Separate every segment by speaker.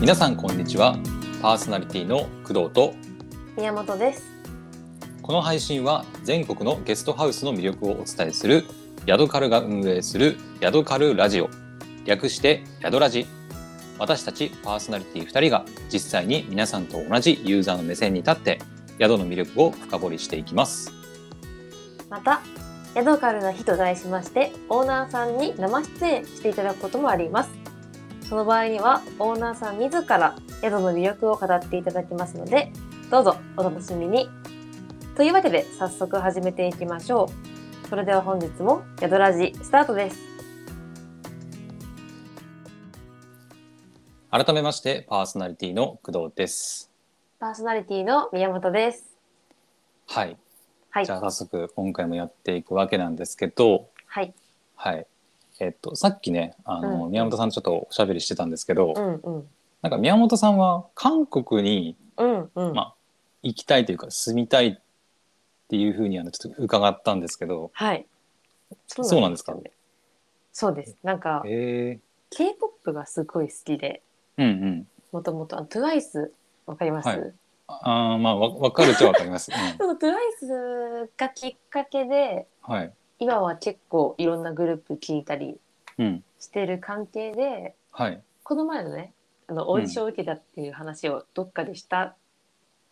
Speaker 1: 皆さんこんにちはパーソナリティの工藤と
Speaker 2: 宮本です。
Speaker 1: この配信は全国のゲストハウスの魅力をお伝えするヤドカルが運営するヤドカルラジオ略してヤドラジ私たちパーソナリティ2人が実際に皆さんと同じユーザーの目線に立って宿の魅力を深掘りしていきます
Speaker 2: また、ヤドカルの日と題しまして、オーナーさんに生出演していただくこともあります。その場合には、オーナーさん自ら宿の魅力を語っていただきますので、どうぞお楽しみに。というわけで、早速始めていきましょう。それでは本日も、宿ラジスタートです。
Speaker 1: 改めましてパーソナリティの工藤です
Speaker 2: パーソナリティの宮本です。
Speaker 1: はい
Speaker 2: はい
Speaker 1: じゃ。あ早速今回もやっていくわけなんですけど
Speaker 2: はい。
Speaker 1: はいえっとさっきねあの、
Speaker 2: うん
Speaker 1: 宮本さんとちょっとおしゃべりしてたんですけど、
Speaker 2: うんうん。
Speaker 1: なんか宮本さんは韓国に
Speaker 2: うんうん。
Speaker 1: まあ行きたいというか住みたいっていうふうにあのちょっと伺ったんですけど、
Speaker 2: はい。
Speaker 1: そうなんですか
Speaker 2: よねそうです。なんか、
Speaker 1: え
Speaker 2: K-POP がすごい好きで、
Speaker 1: ー、うんうん
Speaker 2: もともと、あの TWICE、わかります、
Speaker 1: はいああまあわ分かるっちゃ分かります、う
Speaker 2: でも TWICE がきっかけで、
Speaker 1: ん、はい、
Speaker 2: 今は結構いろんなグループ聞いたり
Speaker 1: うん、
Speaker 2: してる関係で、
Speaker 1: はい、
Speaker 2: この前のね、あの、オーディションを受けたっていう話をどっかでした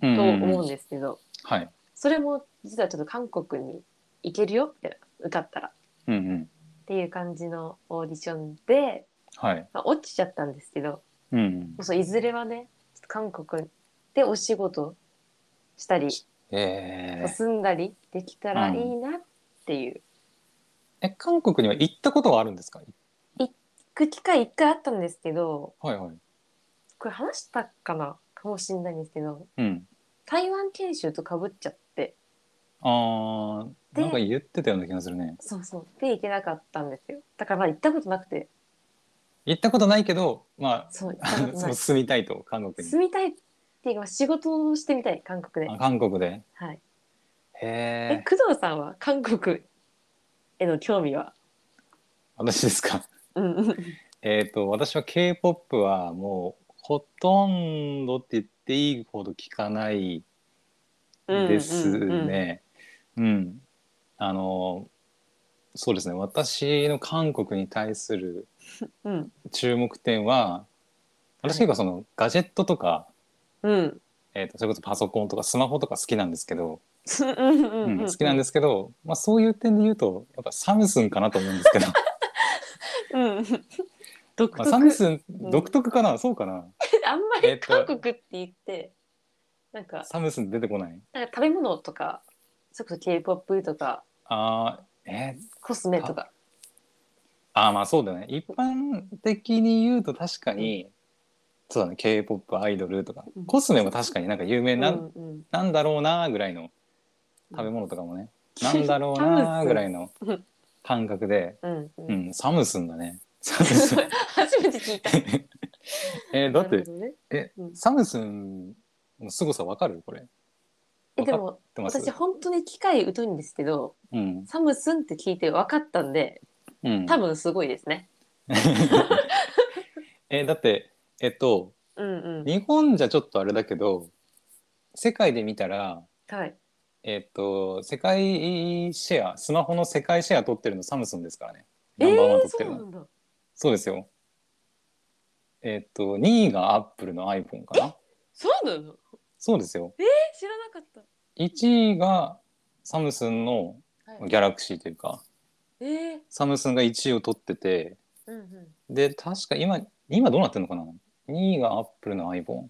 Speaker 1: うん
Speaker 2: と思うん
Speaker 1: ん
Speaker 2: ですけど、
Speaker 1: はい、
Speaker 2: それも実はちょっと韓国に行けるよみたいな、受かったらっ
Speaker 1: うんうん、
Speaker 2: ていう感じのオーディションで、
Speaker 1: はい、
Speaker 2: まあ、落ちちゃったんですけど、
Speaker 1: うんうん、
Speaker 2: そういずれはね、ちょっと韓国でお仕事したり、
Speaker 1: えー、
Speaker 2: 進んだりできたらいいなっていう、
Speaker 1: え韓国には行ったことはあるんですか
Speaker 2: 行く機会一回あったんですけど
Speaker 1: はいはい、
Speaker 2: これ話したかなかもしれないんですけど
Speaker 1: うん、
Speaker 2: 台湾研修とかぶっちゃって
Speaker 1: ああ
Speaker 2: で
Speaker 1: なんか言ってたような気がするね
Speaker 2: そうそうで行けなかったんですよだからまあ行ったことなくて
Speaker 1: 行ったことないけどま
Speaker 2: そう行
Speaker 1: あ
Speaker 2: ったこ と
Speaker 1: そ
Speaker 2: な
Speaker 1: の
Speaker 2: い
Speaker 1: 住みたいと韓国に
Speaker 2: 住みたいっていうかまあ仕事をしてみたい韓国で
Speaker 1: あ、韓国で
Speaker 2: はい、
Speaker 1: へ
Speaker 2: え
Speaker 1: え
Speaker 2: 工藤さんは韓国への興味は
Speaker 1: 私ですか
Speaker 2: うんうん
Speaker 1: えー、と私は k p o p はもうほとんどって言っていいほど聞かないですね。うんあのそうですね私の韓国に対する
Speaker 2: うんうん
Speaker 1: 注目点は私結構そのガジェットとか、
Speaker 2: うんうん
Speaker 1: えー、とそれこそパソコンとかスマホとか好きなんですけど、
Speaker 2: うんうん
Speaker 1: う
Speaker 2: うん
Speaker 1: ん
Speaker 2: う
Speaker 1: 好きなん
Speaker 2: で
Speaker 1: ですけど、まあ、そういう点で言うとやっぱサムスンかなと思うんですけど
Speaker 2: うんうん独
Speaker 1: ま
Speaker 2: 特
Speaker 1: あサムスン独特かな、そうかな
Speaker 2: あんま
Speaker 1: えっ
Speaker 2: り
Speaker 1: と
Speaker 2: 韓国って言って、なんか、
Speaker 1: サムスン出てこない
Speaker 2: なんか食べ物とか、それこそ K-POP とか、
Speaker 1: あーえー、
Speaker 2: コスメとか。
Speaker 1: ああまあそうだね一般的に言うと確かに、そうだね k p o p アイドルとか、
Speaker 2: うん
Speaker 1: コスメも確かになんか有名な、ん、
Speaker 2: うんうん
Speaker 1: なんだろうなーぐらいの食べ物とかもね、なんだろうなーぐらいの
Speaker 2: うん
Speaker 1: 感覚で、
Speaker 2: うんう。
Speaker 1: うんん、サムスンだねサムスン
Speaker 2: 初めて聞いた。
Speaker 1: えーだっ
Speaker 2: なる
Speaker 1: て
Speaker 2: ほどね
Speaker 1: え
Speaker 2: うん
Speaker 1: サムスンの凄さわかるこれ
Speaker 2: えで
Speaker 1: わか
Speaker 2: も、
Speaker 1: ってます
Speaker 2: 私、本当に機械疎いんですけど、
Speaker 1: うん
Speaker 2: サムスンって聞いて分かったんで、
Speaker 1: うん、
Speaker 2: 多分すごいですね。
Speaker 1: えだってえっと
Speaker 2: うんうん。
Speaker 1: 日本じゃちょっとあれだけど世界で見たら
Speaker 2: はい。
Speaker 1: えっと、世界シェア、スマホの世界シェア取ってるのサムスンですからね。
Speaker 2: え
Speaker 1: ナンバーワン
Speaker 2: ー、
Speaker 1: 取っ
Speaker 2: そ
Speaker 1: て
Speaker 2: う
Speaker 1: る
Speaker 2: な
Speaker 1: の。
Speaker 2: んだ。
Speaker 1: そうですよ。えっと、2位がアップルの iPhone かな。
Speaker 2: そうなの
Speaker 1: そうですよ。
Speaker 2: え、知らなかった。
Speaker 1: 1位がサムスンの
Speaker 2: はい、
Speaker 1: ギャラクシーというか、
Speaker 2: えー、
Speaker 1: サムスンが1位を取ってて、
Speaker 2: うんうん。
Speaker 1: で、確か今、今どうなってるのかな ?2 位がアップルの iPhone。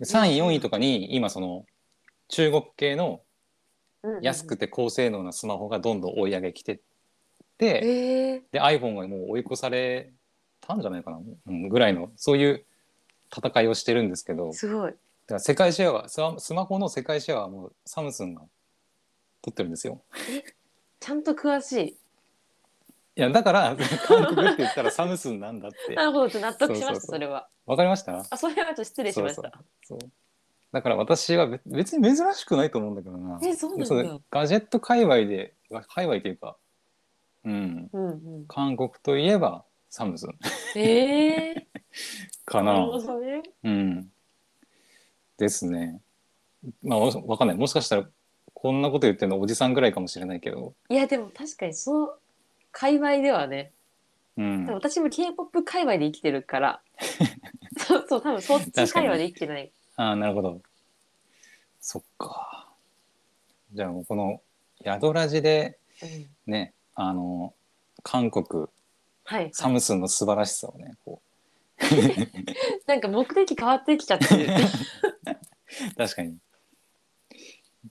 Speaker 1: で3位、4位とかに今その中国系の
Speaker 2: うんうん
Speaker 1: 安く。て高性能なスマホがどんどん追い上げきてて、
Speaker 2: えー、
Speaker 1: で iPhone がもう追い越されたんじゃないかな、うん、ぐらいのそういう戦いをしてるんですけどだか
Speaker 2: すごい。
Speaker 1: ら世界シェアはスマスマホの世界シェアはもうサムスンが取ってるんですよ
Speaker 2: ちゃんと詳しい。
Speaker 1: いやだから 韓国って言ったらサムスンなんだって
Speaker 2: なるほど、ちょっと納得しまし
Speaker 1: そう
Speaker 2: た、そ
Speaker 1: そうそう
Speaker 2: れは。
Speaker 1: わかりました
Speaker 2: あ、それはちょっと失礼しました。
Speaker 1: そうそうだから私はべ別に珍しくないと思うんだけどな
Speaker 2: えそうなんだ
Speaker 1: ガジェット界隈で界隈というかうん
Speaker 2: うんうん。
Speaker 1: 韓国といえばサムスン
Speaker 2: ええ
Speaker 1: か
Speaker 2: な
Speaker 1: な
Speaker 2: る。ほどね。
Speaker 1: うん。ですね。まあ、わわかんない。もしかしたら、こんなこと言ってるのおじさんぐらいかもしれないけど。
Speaker 2: いやでも確かにその界隈ではね、
Speaker 1: うん
Speaker 2: でも。私も K-POP 界隈で生きてる から、そうそう多分そっち界隈で生きてない。
Speaker 1: ああ、なるほど。そっか。じゃあ、もうこの、宿ラジで、
Speaker 2: うん
Speaker 1: ね、あの、韓国、
Speaker 2: はい。
Speaker 1: サムスンの素晴らしさをね、こ
Speaker 2: なんか目的変わってきちゃって る。
Speaker 1: う、確かに。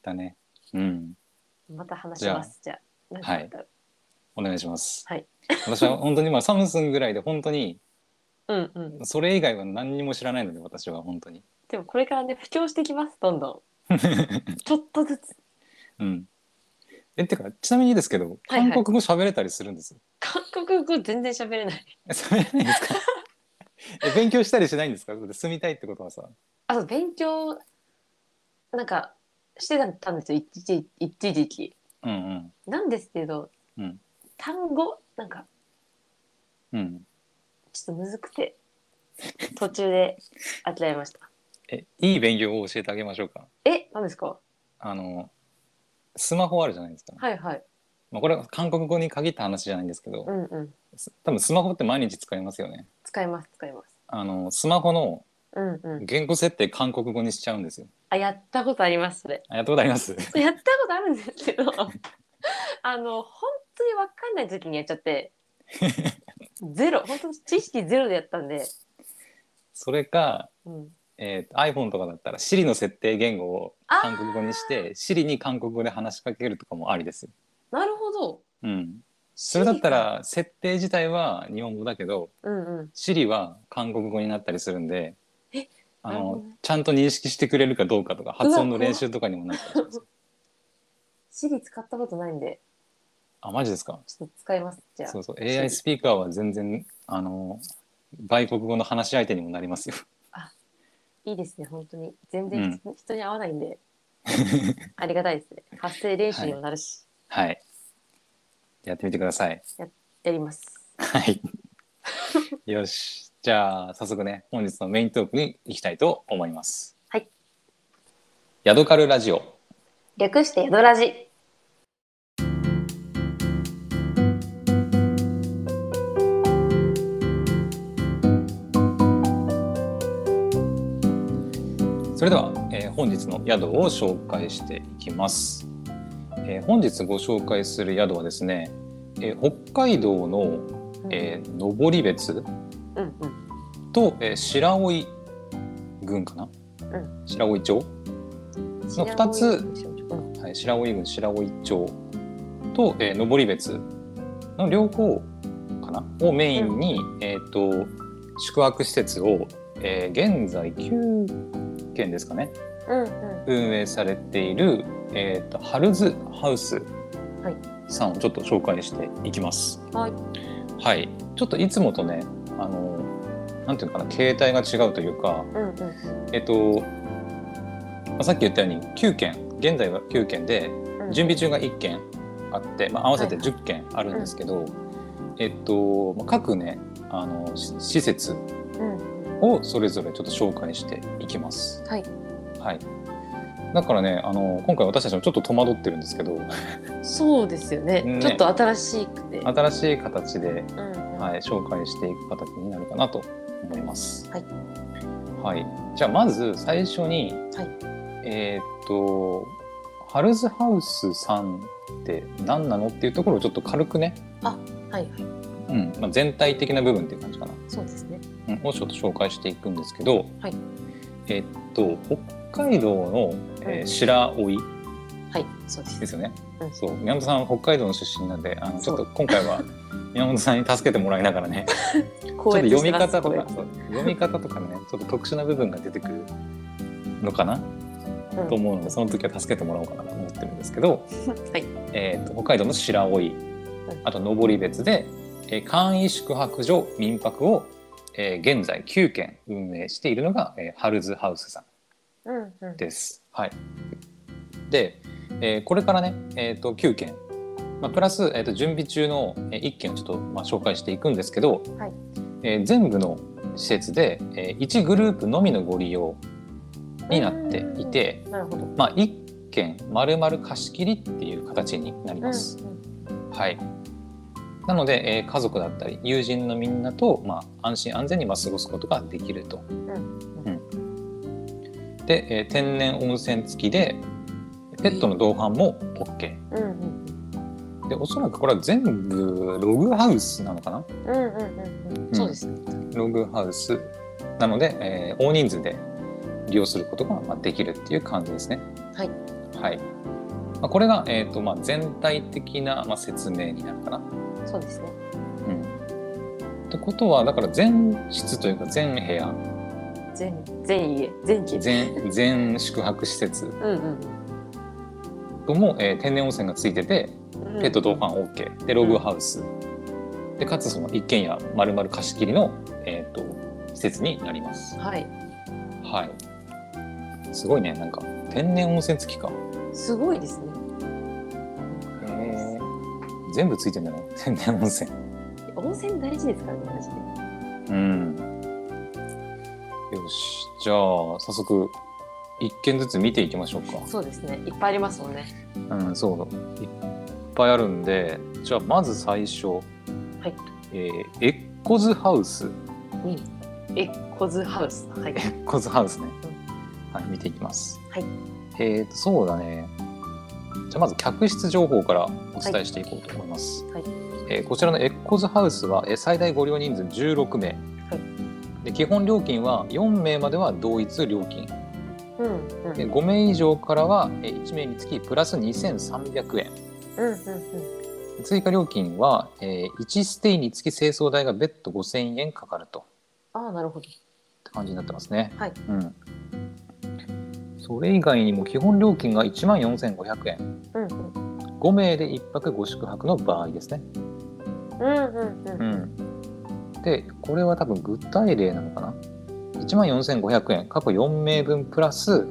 Speaker 1: だね。うん。
Speaker 2: また話します。じゃあ。なんかあったら
Speaker 1: お願いします。
Speaker 2: はい。
Speaker 1: 私は本当に、まあ、サムスンぐらいで、本当に、
Speaker 2: うんうん。
Speaker 1: それ以外は何にも知らないので、私は本当に。
Speaker 2: でもこれからね、布教してきます、どんど ん。ちょっとずつ。
Speaker 1: うん。え、てか、ちなみにですけど、
Speaker 2: はいはい
Speaker 1: 韓国語喋れたりするんです。
Speaker 2: 韓国語全然喋れない。
Speaker 1: え喋れないん ですかえ、勉強したりしないんですか住みたいってことはさ。
Speaker 2: あと勉強、なんか、してたんですよ、一時一時期。
Speaker 1: うんうん。
Speaker 2: なんですけど、
Speaker 1: うん
Speaker 2: 単語、なんか、
Speaker 1: うん。
Speaker 2: ちょっとむず くて、途中で諦めました。
Speaker 1: え、いい勉強を教えてあげましょうか。
Speaker 2: え、何ですか
Speaker 1: あの、スマホあるじゃないですか。
Speaker 2: はいはい。
Speaker 1: まあ、これは韓国語に限った話じゃないんですけど
Speaker 2: う、んうん。
Speaker 1: す多分スマホって毎日使いますよね。
Speaker 2: 使います、使います。
Speaker 1: あの、スマホの
Speaker 2: うんうん。
Speaker 1: 言語設定韓国語にしちゃうんですよ。
Speaker 2: あ、やったことあります、それ。
Speaker 1: あやったことあります
Speaker 2: やったことあるんですけどあの本当に分かんない時にやっちゃって ゼロ本当に知識ゼロでやったんで、
Speaker 1: それか、
Speaker 2: うん、
Speaker 1: えー、iPhone とかだったら Siri の設定言語を韓国語にして、Siri に韓国語で話しかけるとかもありですよ。
Speaker 2: なるほど
Speaker 1: うん。それだったら設定自体は日本語だけど、
Speaker 2: うんうん
Speaker 1: Siri は韓国語になったりするんで
Speaker 2: え、
Speaker 1: あ
Speaker 2: なるほど
Speaker 1: の
Speaker 2: ね、
Speaker 1: ちゃんと認識してくれるかどうかとか、発音の練習とかにもなったりします。
Speaker 2: シリ使ったことないんで
Speaker 1: あ、マジですか
Speaker 2: ちょっと使いますじゃあ
Speaker 1: そうそう。
Speaker 2: Siri
Speaker 1: AI スピーカーは全然、あの、外国語の話し相手にもなりますよ。
Speaker 2: いいですね本当に全然人,、人に合わない んでありがたいですね発声練習にもなるし、
Speaker 1: はい。やってみてください。
Speaker 2: やります
Speaker 1: はい。よし。じゃあ、早速ね、本日のメイントークに行きたいと思います。
Speaker 2: はい。
Speaker 1: ヤドカルラジオ。
Speaker 2: 略してヤドラジ
Speaker 1: それでは、えー本日の宿を紹介していきます、えー本日ご紹介する宿はですね、えー北海道の、
Speaker 2: うん
Speaker 1: えー登別
Speaker 2: うんうん
Speaker 1: と、えー白老郡かな、
Speaker 2: う
Speaker 1: 白老町、その二つ
Speaker 2: うん
Speaker 1: はい、白老郡白老町と、えー登別の両方かなをメインに、えー、と宿泊施設を、えー現在9軒ですかね
Speaker 2: うんうん
Speaker 1: 運営されている、えー、とハルズハウス
Speaker 2: はい
Speaker 1: さんをちょっと紹介していきます。
Speaker 2: はい、
Speaker 1: はい、ちょっといつもとねあのなんていうのかな形態が違うというか、
Speaker 2: うんうん
Speaker 1: えっとまあ、さっき言ったように9件現在は9件で
Speaker 2: うん
Speaker 1: 準備中が1件あって、まあ、合わせて
Speaker 2: はい
Speaker 1: 10件あるんですけど、えっとまあ各ねあのし施設
Speaker 2: うん
Speaker 1: をそれぞれちょっと紹介していきます。
Speaker 2: はい、
Speaker 1: はい、だからねあの今回私たちもちょっと戸惑ってるんですけど
Speaker 2: そうですよね
Speaker 1: ね
Speaker 2: ちょっと新しくて、
Speaker 1: 新しい形で、
Speaker 2: うん
Speaker 1: はい、紹介していく形になるかなと思います。
Speaker 2: はい
Speaker 1: はい、じゃあまず最初に、
Speaker 2: はい
Speaker 1: えーっとハルズハウスさんって何なのっていうところをちょっと軽くね、
Speaker 2: はいはい
Speaker 1: うんまあ、全体的な部分っていう感じかな。
Speaker 2: そうですね
Speaker 1: うんをちょっと紹介していくんですけど、
Speaker 2: はい
Speaker 1: えっと北海道の、えー
Speaker 2: うん
Speaker 1: 白老
Speaker 2: はいそうです
Speaker 1: ですよね、
Speaker 2: うん
Speaker 1: そう宮本さんは北海道の出身なんであのち
Speaker 2: そ
Speaker 1: ょっ
Speaker 2: う
Speaker 1: と今回は宮本さんに助けてもらいながらねちょっと読み方とかそう読み方とかねちょっと特殊な部分が出てくるのかなと思うのでその時は助けてもらおうかなと思ってるんですけ ど、
Speaker 2: はい
Speaker 1: えっと北海道の白老あと登別で、えー簡易宿泊所民泊を、えー現在9軒運営しているのが、えーハルズハウスさん
Speaker 2: うんうん
Speaker 1: です。はい、で、えーこれからね、えー、と9件、まあ、プラス、えー、と準備中の1件をちょっと、まあ、紹介していくんですけど、
Speaker 2: はい
Speaker 1: えー全部の施設で、え1グループのみのご利用になっていて、
Speaker 2: なるほど。
Speaker 1: まあ、1軒丸々貸し切りっていう形になります。はい、なので、えー家族だったり友人のみんなと、まあ、安心安全にまあ過ごすことができると。うんで、えー天然温泉付きでペットの同伴も OK。
Speaker 2: うんうん
Speaker 1: でおそらくこれは全部ログハウスなのかな
Speaker 2: うんうんうんうん。そうですね。
Speaker 1: ログハウスなので、えー大人数で利用することがまあできるっていう感じですね。
Speaker 2: はい、
Speaker 1: はいまあ、これが、えーとまあ、全体的な、まあ、説明になるかな。
Speaker 2: そうですね。
Speaker 1: うん、ってことはだから全室というか全部屋
Speaker 2: 全全家全家。
Speaker 1: 全全宿泊施設
Speaker 2: うん
Speaker 1: とも、えー天然温泉がついてて
Speaker 2: うん。
Speaker 1: ペット同伴 OK でログハウス、でかつその一軒家丸々貸し切りの、えー、と施設になります。
Speaker 2: はい。
Speaker 1: はい。すごいね、なんか天然温泉付きか。
Speaker 2: すごいですね。
Speaker 1: 全部ついてんだね、 天然温泉。
Speaker 2: 温泉大事ですからねマジで。
Speaker 1: うん。よし、じゃあ早速一軒ずつ見ていきましょうか。
Speaker 2: そうですね。いっぱいありますもんね。
Speaker 1: うん、そう。いっぱいあるんで、じゃあまず最初。
Speaker 2: はい。
Speaker 1: えーエッコズハウス、
Speaker 2: うん。えコズハウス。はい。
Speaker 1: エッコズハウスね。はい、見ていきます。
Speaker 2: はい。
Speaker 1: えーと、そうだね。じゃあまず客室情報からお伝えしていこうと思います。
Speaker 2: はい
Speaker 1: えーこちらのエッコズハウスはえー最大ご利用人数16名、
Speaker 2: は
Speaker 1: で基本料金は4名までは同一料金
Speaker 2: うんうん
Speaker 1: で5名以上からはえー1名につきプラス2300円
Speaker 2: うんうん
Speaker 1: 追加料金はえー1ステイにつき清掃代が別途5000円かかると
Speaker 2: うん。ああなるほど。
Speaker 1: って感じになってますね、
Speaker 2: はい
Speaker 1: うん、それ以外にも基本料金が1万4500円
Speaker 2: うんうん
Speaker 1: 5名で1泊5宿泊の場合ですね
Speaker 2: うんうんうん。
Speaker 1: でこれは多分具体例なのかな1万4500円過去4名分プラス、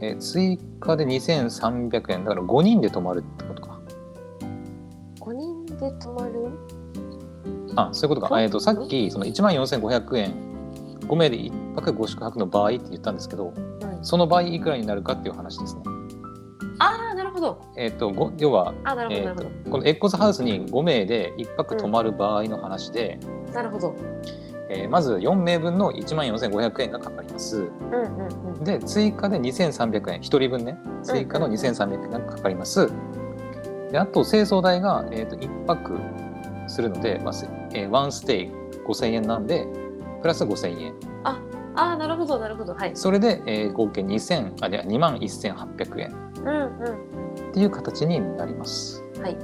Speaker 1: えー追加で2300円だから5人で泊まるってことか
Speaker 2: 五人で泊まる。
Speaker 1: あそういうこと
Speaker 2: そう
Speaker 1: か、えー、とさっきその1万4500円5名で1泊5宿泊の場合って言ったんですけど
Speaker 2: うん。
Speaker 1: その場合いくらになるかっていう話ですね、
Speaker 2: ああなるほど。
Speaker 1: えー、とご要は、
Speaker 2: あーなるほ
Speaker 1: え
Speaker 2: ど
Speaker 1: ー
Speaker 2: なるほ
Speaker 1: とこのエッコズハウスに5名で1泊泊まる場合の話で、
Speaker 2: ど。なるほど。
Speaker 1: えーまず4名分の1万4500円がかかります、
Speaker 2: うんうんうん。
Speaker 1: で追加で2300円1人分ね追加の2300円がかかりますであと清掃代が、えー、と1泊するので、まあせえーワンステイ5000円なんでプラス5000円
Speaker 2: ああなるほどなるほどはい。
Speaker 1: それで、えー合計2000あ2万1800円
Speaker 2: うんうん。
Speaker 1: っていう形になります、
Speaker 2: はい、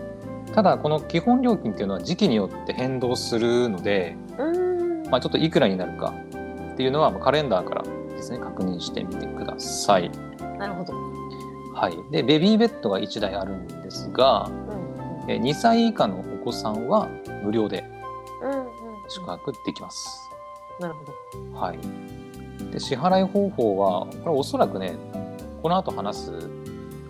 Speaker 1: ただこの基本料金っていうのは時期によって変動するので、
Speaker 2: うーん。
Speaker 1: まあ、ちょっといくらになるかっていうのはまあカレンダーからですね確認してみてください
Speaker 2: なるほど。
Speaker 1: はい、でベビーベッドが1台あるんですが
Speaker 2: うん。
Speaker 1: えー2歳以下のお子さんは無料で
Speaker 2: うんうん。
Speaker 1: 宿泊できます。
Speaker 2: なるほど。
Speaker 1: はい、で支払い方法はこれおそらくねこの後話す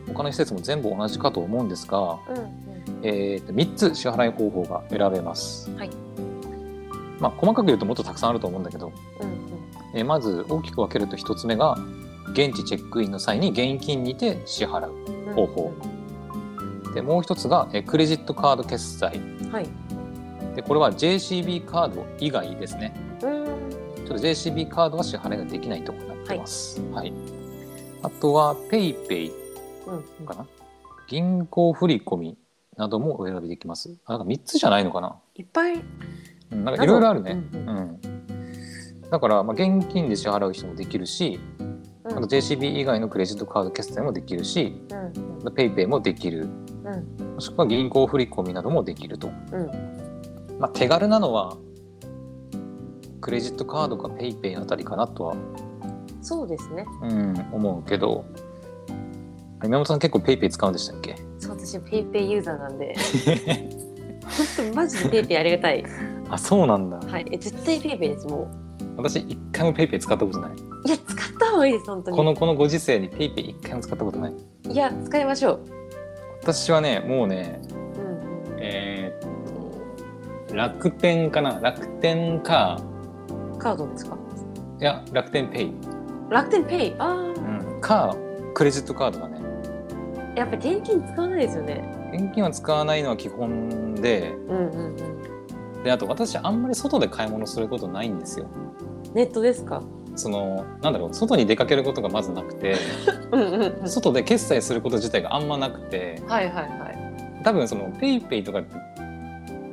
Speaker 1: 他の施設も全部同じかと思うんですが、
Speaker 2: うん
Speaker 1: えーと3つ支払い方法が選べます。
Speaker 2: はい
Speaker 1: まあ、細かく言うともっとたくさんあると思うんだけど、
Speaker 2: うんうん
Speaker 1: えーまず大きく分けると1つ目が現地チェックインの際に現金にて支払う。
Speaker 2: うん。
Speaker 1: 方法でもう一つがえークレジットカード決済
Speaker 2: はい。
Speaker 1: でこれは JCB カード以外ですね
Speaker 2: うん。
Speaker 1: ちょっと JCB カードは支払いができないとこになってます、はいあとは PayPay
Speaker 2: うん。
Speaker 1: かな銀行振込などもお選びできますあなんか3つじゃないのかない
Speaker 2: っぱい。
Speaker 1: うんなんかいろいろあるね
Speaker 2: う
Speaker 1: うんん、だからまあ現金で支払う人もできるし、
Speaker 2: うん
Speaker 1: あと JCB 以外のクレジットカード決済もできるし
Speaker 2: うん。
Speaker 1: PayPay もできる
Speaker 2: うん。
Speaker 1: もしくは銀行振込などもできると
Speaker 2: うん。
Speaker 1: まあ、手軽なのはクレジットカードか PayPay あたりかなとは、
Speaker 2: そうですね。
Speaker 1: うん、思うけど今本さん結構 PayPay 使うんでしたっけ
Speaker 2: そう私ペイペイユーザーなんで。本当マジでペイペイありがたい。
Speaker 1: あそうなんだ
Speaker 2: はい。え絶対ペイペイですも。
Speaker 1: 私一回も PayPay 使ったことないう
Speaker 2: いや使った方がいいです本当に。
Speaker 1: このこのご時世に PayPay 一回も使ったことない
Speaker 2: いや使いましょう。
Speaker 1: 私はねもうね
Speaker 2: うん。
Speaker 1: えーっと楽天かな楽天か
Speaker 2: カードですか
Speaker 1: いや楽天ペイ、
Speaker 2: 楽天ペイあ
Speaker 1: うん、かクレジットカードだね
Speaker 2: あやっぱ現金使わないですよね
Speaker 1: 現金は使わないのは基本で
Speaker 2: うんうんうん
Speaker 1: であと私あんまり外で買い物することないんですよ
Speaker 2: ネットですか
Speaker 1: そのなんだろう外に出かけることがまずなくて
Speaker 2: うんうんうん
Speaker 1: 外で決済すること自体があんまなくて
Speaker 2: はいはいはい
Speaker 1: 多分そのペイペイとかって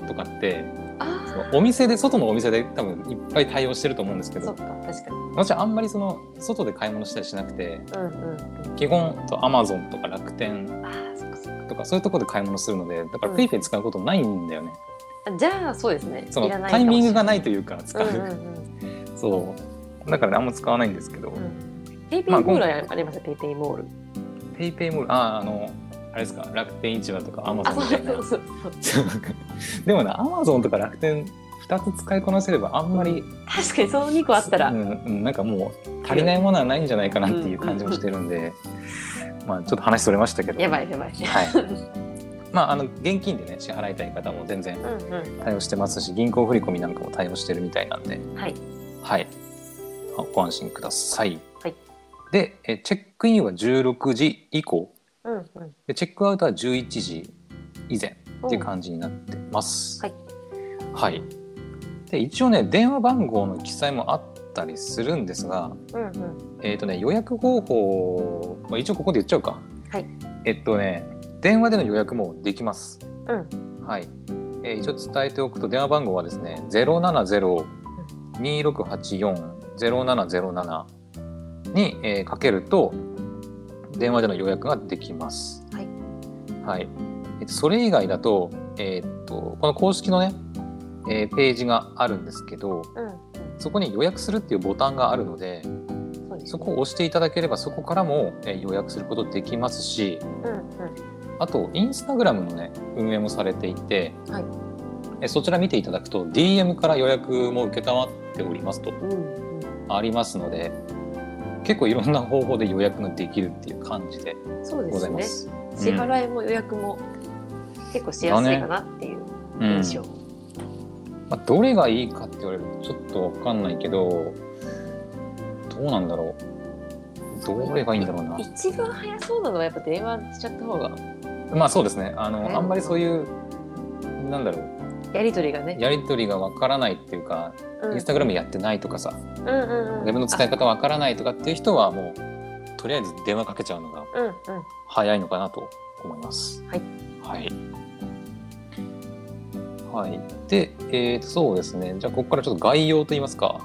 Speaker 1: とかってそ
Speaker 2: あ
Speaker 1: のお店で外のお店で多分いっぱい対応してると思うんですけ
Speaker 2: あそ
Speaker 1: ど
Speaker 2: っか確かに
Speaker 1: 私あんまりその外で買い物したりしなくて
Speaker 2: うんうん
Speaker 1: 基本アマゾンとか楽天
Speaker 2: ああそっかそっか
Speaker 1: とかそういうところで買い物するのでだか
Speaker 2: う
Speaker 1: ら
Speaker 2: ん
Speaker 1: ペイペイ使うことないんだよね、
Speaker 2: あじゃあそうですね
Speaker 1: その
Speaker 2: いらない
Speaker 1: タイミングがないいというか使う、
Speaker 2: うんうんうん
Speaker 1: そうだからねあんま使わないんですけど、
Speaker 2: うんペイペイモールはありますよ、ペイペイモール。
Speaker 1: ペイペイもあーあのあれですか楽天市場とかアマゾ
Speaker 2: あ、
Speaker 1: ン
Speaker 2: そ
Speaker 1: みた
Speaker 2: う
Speaker 1: いな
Speaker 2: そうそうそう。
Speaker 1: そう でもねアマゾンとか楽天2つ使いこなせればあんまり、
Speaker 2: 確かにその2個あったら
Speaker 1: う、んうん、なんかもう足りないものはないんじゃないかなっていう感じもしてるんで、まあちょっと話それましたけど
Speaker 2: やばいやばい。
Speaker 1: はいまああの現金でね支払いたい方も全然
Speaker 2: うんう
Speaker 1: 対応してますし銀行振り込みなんかも対応してるみたいなんで
Speaker 2: ん。はい。
Speaker 1: はいあご安心ください、
Speaker 2: はい
Speaker 1: でえチェックインは16時以降
Speaker 2: うんうん。
Speaker 1: でチェックアウトは11時以前っていう
Speaker 2: うん
Speaker 1: 感じになってます。
Speaker 2: はい。
Speaker 1: はい。で、一応ね、電話番号の記載もあったりするんですが、
Speaker 2: うんうん。
Speaker 1: えっ、とね、予約方法、まあ、一応ここで言っちゃうか。
Speaker 2: はい。
Speaker 1: えっとね、電話での予約もできます。
Speaker 2: う
Speaker 1: はい。えー一応伝えておくと、電話番号はですね、0 7 0 2 6 8 4 0 7 0 7に、えーかけると、電話での予約ができます。
Speaker 2: はい。
Speaker 1: はい。えっと、それ以外だと、えーっと、この公式のね、えーページがあるんですけど、
Speaker 2: う
Speaker 1: そこに予約するっていうボタンがあるので、
Speaker 2: ん。そうです、ね。
Speaker 1: そこを押していただければ、そこからも、えー予約することできますし、
Speaker 2: うんうん。
Speaker 1: あと、インスタグラムのね、運営もされていて、
Speaker 2: はい
Speaker 1: えそちら見ていただくと、DM から予約も承っておりますと
Speaker 2: うんうん。
Speaker 1: ありますので、結構いろんな方法で予約ができるっていう感じで
Speaker 2: そうで
Speaker 1: ございますす。
Speaker 2: ね。支払いも予約も結構しやすいかなっていう
Speaker 1: うん
Speaker 2: 印象。
Speaker 1: まあ、どれがいいかって言われるとちょっとわかんないけど、どうなんだろう。どれがいいんだろうな。
Speaker 2: 一番早そうなのはやっぱ電話しちゃった方が
Speaker 1: まあそうですね。あの、
Speaker 2: ね
Speaker 1: あんまりそういう、なんだろう、
Speaker 2: やりとりがね。
Speaker 1: やりとりがわからないっていうか、
Speaker 2: うん
Speaker 1: インスタグラムやってないとかさ、
Speaker 2: うんうんうん。
Speaker 1: 自分の使い方わからないとかっていう人はもうとりあえず電話かけちゃうのが
Speaker 2: あ。うんうん。
Speaker 1: 早いのかなと思います。
Speaker 2: はい。
Speaker 1: はい。はい、で、えーとそうですねじゃあここからちょっと概要といいますか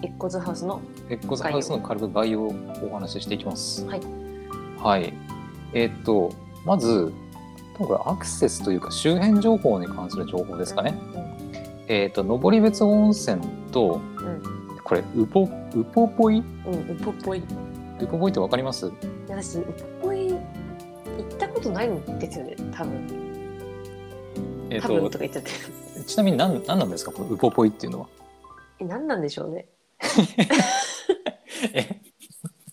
Speaker 2: 一個ずハウスの。
Speaker 1: エッコザハウスの軽く概要をお話ししていきます。
Speaker 2: はい。
Speaker 1: はい。えっ、とまず多分アクセスというか周辺情報に関する情報ですかね。えっ、と登別温泉と、
Speaker 2: ん
Speaker 1: これウポウポポイ
Speaker 2: うん。うん。うぽっぽい。
Speaker 1: ウポポイってわかります？
Speaker 2: 私ウポポイ行ったことないんですよね多分
Speaker 1: えっ、
Speaker 2: 多分
Speaker 1: と
Speaker 2: とか言っちゃって
Speaker 1: ちなみに何何なんですかこのウポポイっていうのは。
Speaker 2: え何なんでしょうね
Speaker 1: え